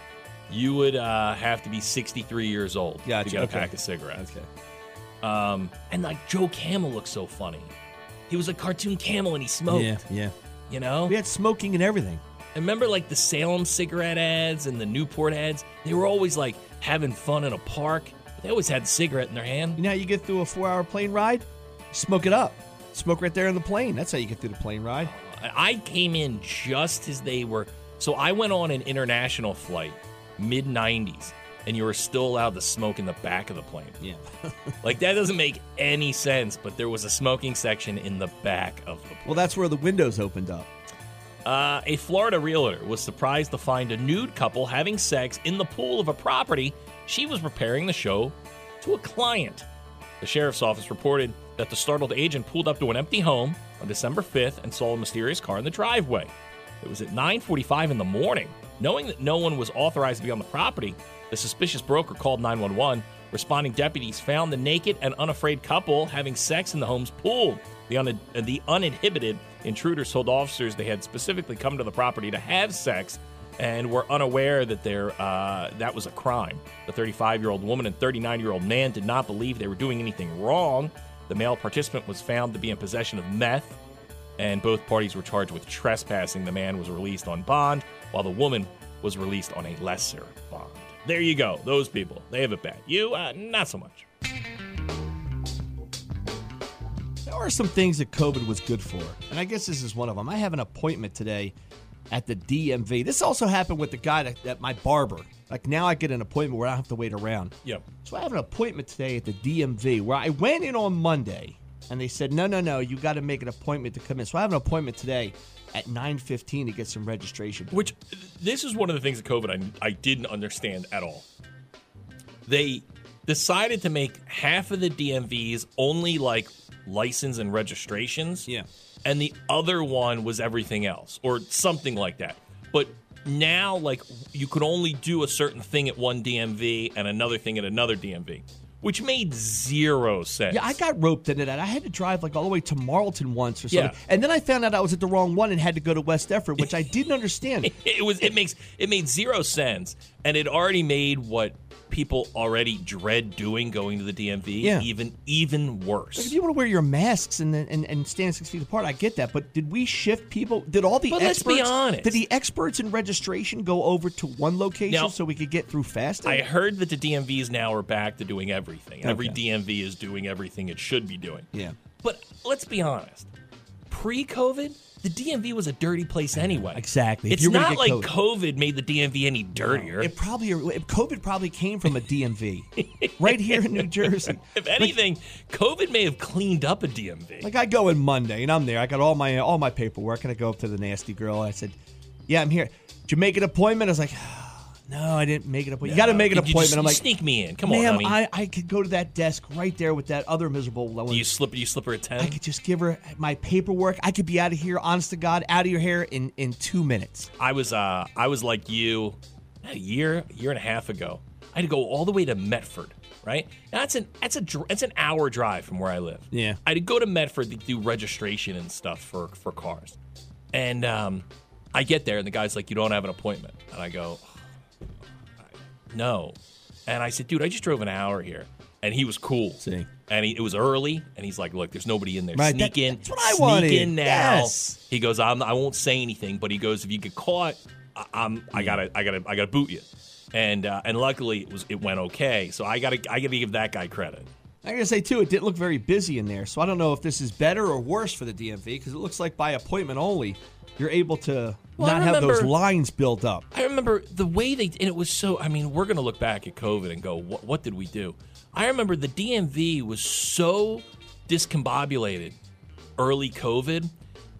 Speaker 1: you would uh, have to be 63 years old
Speaker 2: Gotcha,
Speaker 1: to get a
Speaker 2: okay.
Speaker 1: pack of cigarettes.
Speaker 2: okay.
Speaker 1: Um, and like Joe Camel looks so funny. He was a cartoon camel and he smoked.
Speaker 2: Yeah, yeah.
Speaker 1: You know?
Speaker 2: We had smoking and everything.
Speaker 1: I remember like the Salem cigarette ads and the Newport ads. They were always like having fun in a park with They always had a cigarette in their hand.
Speaker 2: You know how you get through a four hour plane ride? Smoke it up. Smoke right there in the plane. That's how you get through the plane ride.
Speaker 1: I came in just as they were. So I went on an international flight, mid 90s, and you were still allowed to smoke in the back of the plane.
Speaker 2: Yeah.
Speaker 1: like, that doesn't make any sense, but there was a smoking section in the back of the plane.
Speaker 2: Well, that's where the windows opened up.
Speaker 1: Uh, a Florida realtor was surprised to find a nude couple having sex in the pool of a property she was preparing the show to a client. The sheriff's office reported that the startled agent pulled up to an empty home on December 5th and saw a mysterious car in the driveway. It was at 9:45 in the morning. Knowing that no one was authorized to be on the property, the suspicious broker called 911. Responding deputies found the naked and unafraid couple having sex in the home's pool. The, un- the uninhibited intruders told officers they had specifically come to the property to have sex and were unaware that their uh, that was a crime. The 35 year old woman and 39 year old man did not believe they were doing anything wrong. The male participant was found to be in possession of meth, and both parties were charged with trespassing. The man was released on bond, while the woman was released on a lesser bond. There you go. Those people, they have it bad. You, uh, not so much.
Speaker 2: There are some things that COVID was good for, and I guess this is one of them. I have an appointment today at the DMV. This also happened with the guy that, that my barber. Like now, I get an appointment where I don't have to wait around.
Speaker 1: Yep.
Speaker 2: So I have an appointment today at the DMV where I went in on Monday, and they said, "No, no, no, you got to make an appointment to come in." So I have an appointment today at 9:15 to get some registration. done.
Speaker 1: Which this is one of the things that COVID I, I didn't understand at all. They decided to make half of the DMVs only like license and registrations.
Speaker 2: Yeah.
Speaker 1: And the other one was everything else or something like that. But now like you could only do a certain thing at one DMV and another thing at another DMV, which made zero sense.
Speaker 2: Yeah, I got roped into that. I had to drive like all the way to Marlton once or something.
Speaker 1: Yeah.
Speaker 2: And then I found out I was at the wrong one and had to go to West Effort, which I didn't understand.
Speaker 1: it was it makes it made zero sense and it already made what people already dread doing going to the DMV
Speaker 2: Yeah.
Speaker 1: even even
Speaker 2: Like,
Speaker 1: worse.
Speaker 2: if you want to wear your masks and, and and stand six feet apart, I get that. But did we shift people? Did all the
Speaker 1: But let's
Speaker 2: experts?
Speaker 1: be honest.
Speaker 2: Did the experts in registration go over to one location
Speaker 1: Now-
Speaker 2: so we could get through faster?
Speaker 1: I heard that the DMVs now are back to doing everything. Every
Speaker 2: Okay.
Speaker 1: DMV is doing everything it should be doing.
Speaker 2: yeah.
Speaker 1: But let's be honest. Pre-COVID, the DMV was a dirty place anyway.
Speaker 2: Exactly. If
Speaker 1: It's
Speaker 2: you were to
Speaker 1: not
Speaker 2: get
Speaker 1: like
Speaker 2: COVID.
Speaker 1: COVID made the DMV any dirtier.
Speaker 2: It probably it- COVID probably came from a DMV right here in New Jersey.
Speaker 1: if anything, COVID may have cleaned up a DMV.
Speaker 2: Like I go in Monday and I'm there. I got all my all my paperwork and I go up to the nasty girl. I said, "Yeah, I'm here. Did you make an appointment?" I was like, "No, I didn't make an appointment. You got to make an
Speaker 1: You- you
Speaker 2: appointment."
Speaker 1: just-
Speaker 2: I'm
Speaker 1: you
Speaker 2: like,
Speaker 1: sneak me in. Come on,
Speaker 2: "Ma'am,
Speaker 1: honey.
Speaker 2: I I could go to that desk right there with that other miserable
Speaker 1: Do
Speaker 2: woman."
Speaker 1: you slip? You slip her a ten?
Speaker 2: I could just give her my paperwork. I could be out of here, honest to God, out of your hair in in two minutes.
Speaker 1: I was uh I was like you a year year and a half ago. I had to go all the way to Metford, right? Now, that's an that's a dr- that's an hour drive from where I live.
Speaker 2: Yeah.
Speaker 1: I had to go to Metford to do registration and stuff for for cars, and um, I get there and the guy's like, "You don't have an appointment," and I go, "Oh, "No," and I said, "Dude, I just drove an hour here," and he was cool.
Speaker 2: See.
Speaker 1: And he, it was early, and he's like, "Look, there's nobody in there.
Speaker 2: Right,
Speaker 1: Sneak
Speaker 2: that-
Speaker 1: in.
Speaker 2: that's what I
Speaker 1: sneak
Speaker 2: wanted.
Speaker 1: in now."
Speaker 2: Yes.
Speaker 1: He goes, I'm, I won't say anything, but he goes, if you get caught, I, I'm,
Speaker 2: Mm.
Speaker 1: I gotta, I gotta, I gotta boot you. And uh, and luckily it was, it went okay. So I gotta, I gotta give that guy credit.
Speaker 2: I gotta say too, it didn't look very busy in there, so I don't know if this is better or worse for the DMV because it looks like by appointment only, you're able to
Speaker 1: Well, I
Speaker 2: not have those
Speaker 1: remember-
Speaker 2: lines built up.
Speaker 1: I remember the way they, and it was so. I mean, we're gonna look back at COVID and go, what, what did we do? I remember the DMV was so discombobulated early COVID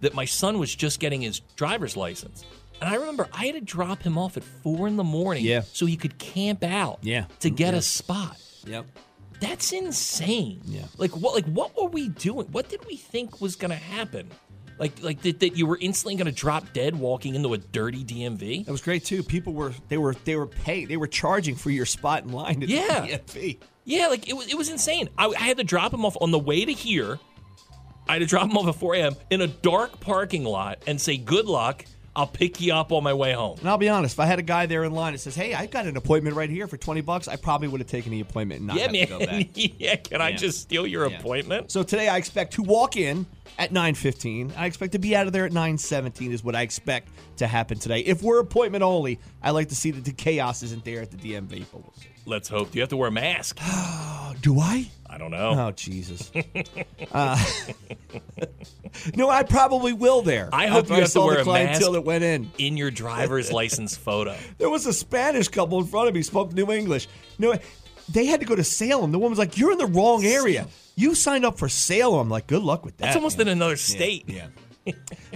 Speaker 1: that my son was just getting his driver's license. And I remember I had to drop him off at four in the morning
Speaker 2: Yeah.
Speaker 1: so he could camp out
Speaker 2: Yeah.
Speaker 1: to get a spot.
Speaker 2: Yep.
Speaker 1: That's insane.
Speaker 2: Yeah.
Speaker 1: Like what? Like what were we doing? What did we think was gonna happen? Like like that, that you were instantly gonna drop dead walking into a dirty DMV?
Speaker 2: That was great too. People were they were they were paying they were charging for your spot in line at
Speaker 1: Yeah.
Speaker 2: the DMV.
Speaker 1: Yeah, like it was it was insane. I, I had to drop him off on the way to here. I had to drop him off at 4 a.m. in a dark parking lot and say good luck. I'll pick you up on my way home.
Speaker 2: And I'll be honest, if I had a guy there in line that says, "Hey, I've got an appointment right here for twenty bucks," I probably would have taken the appointment and not
Speaker 1: yeah,
Speaker 2: have to go back.
Speaker 1: man. yeah, can I
Speaker 2: Yeah.
Speaker 1: just steal your
Speaker 2: Yeah.
Speaker 1: appointment?
Speaker 2: So today I expect to walk in at 9.15. I expect to be out of there at 9.17 is what I expect to happen today. If we're appointment only, I like to see that the chaos isn't there at the DMV. But we'll see.
Speaker 1: Let's hope. Do you have to wear a mask?
Speaker 2: Uh, Do I?
Speaker 1: I don't know.
Speaker 2: Oh, Jesus. uh, no, I probably will there.
Speaker 1: I hope
Speaker 2: After
Speaker 1: you have to
Speaker 2: saw
Speaker 1: wear
Speaker 2: the
Speaker 1: a mask.
Speaker 2: clientele that went in.
Speaker 1: In your driver's license photo.
Speaker 2: There was a Spanish couple in front of me, spoke New English. No, they had to go to Salem. The woman's like, "You're in the wrong area. You signed up for Salem." I'm like, "Good luck with that."
Speaker 1: That's almost
Speaker 2: man."
Speaker 1: in another state.
Speaker 2: Yeah.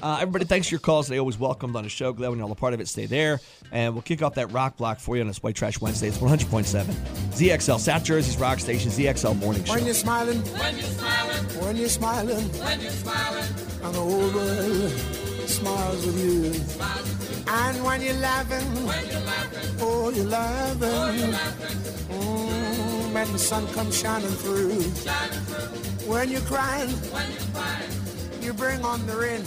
Speaker 2: uh, everybody, thanks for your calls. They always welcomed on the show. Glad when you're all a part of it. Stay there, and we'll kick off that rock block for you on this White Trash Wednesday. It's 100.7 ZXL South Jersey's Rock Station ZXL Morning Show.
Speaker 8: When you're smiling, when you're smiling, when you're smiling, when you're smiling, and the whole world smiles with you. And when you're laughing, when you're laughing, oh, you're laughing. Mm, when the sun comes shining through. When you're crying, when you're crying, you bring on the rain.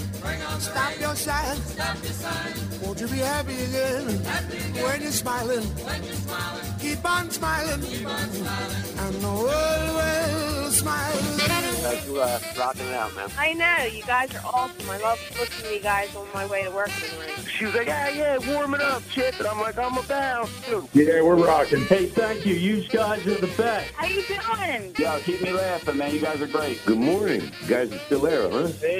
Speaker 8: Stop your sighing. Stop your sighing. Won't you be happy again? When you're smiling, when you're smiling, keep on smiling. Keep on smiling. And the world will smile.
Speaker 9: Thank you, uh, rocking it out, man.
Speaker 10: I know, you guys are awesome. I love listening to you guys on my way to work in the morning.
Speaker 9: She was like, yeah, yeah, warm it up, Chip. And I'm like, I'm about to.
Speaker 7: Yeah, we're rocking. Hey, thank you. You guys are the best.
Speaker 10: How you doing?
Speaker 9: Yo, keep me laughing, man. You guys are great.
Speaker 11: Good morning. You guys are still there, huh?
Speaker 7: There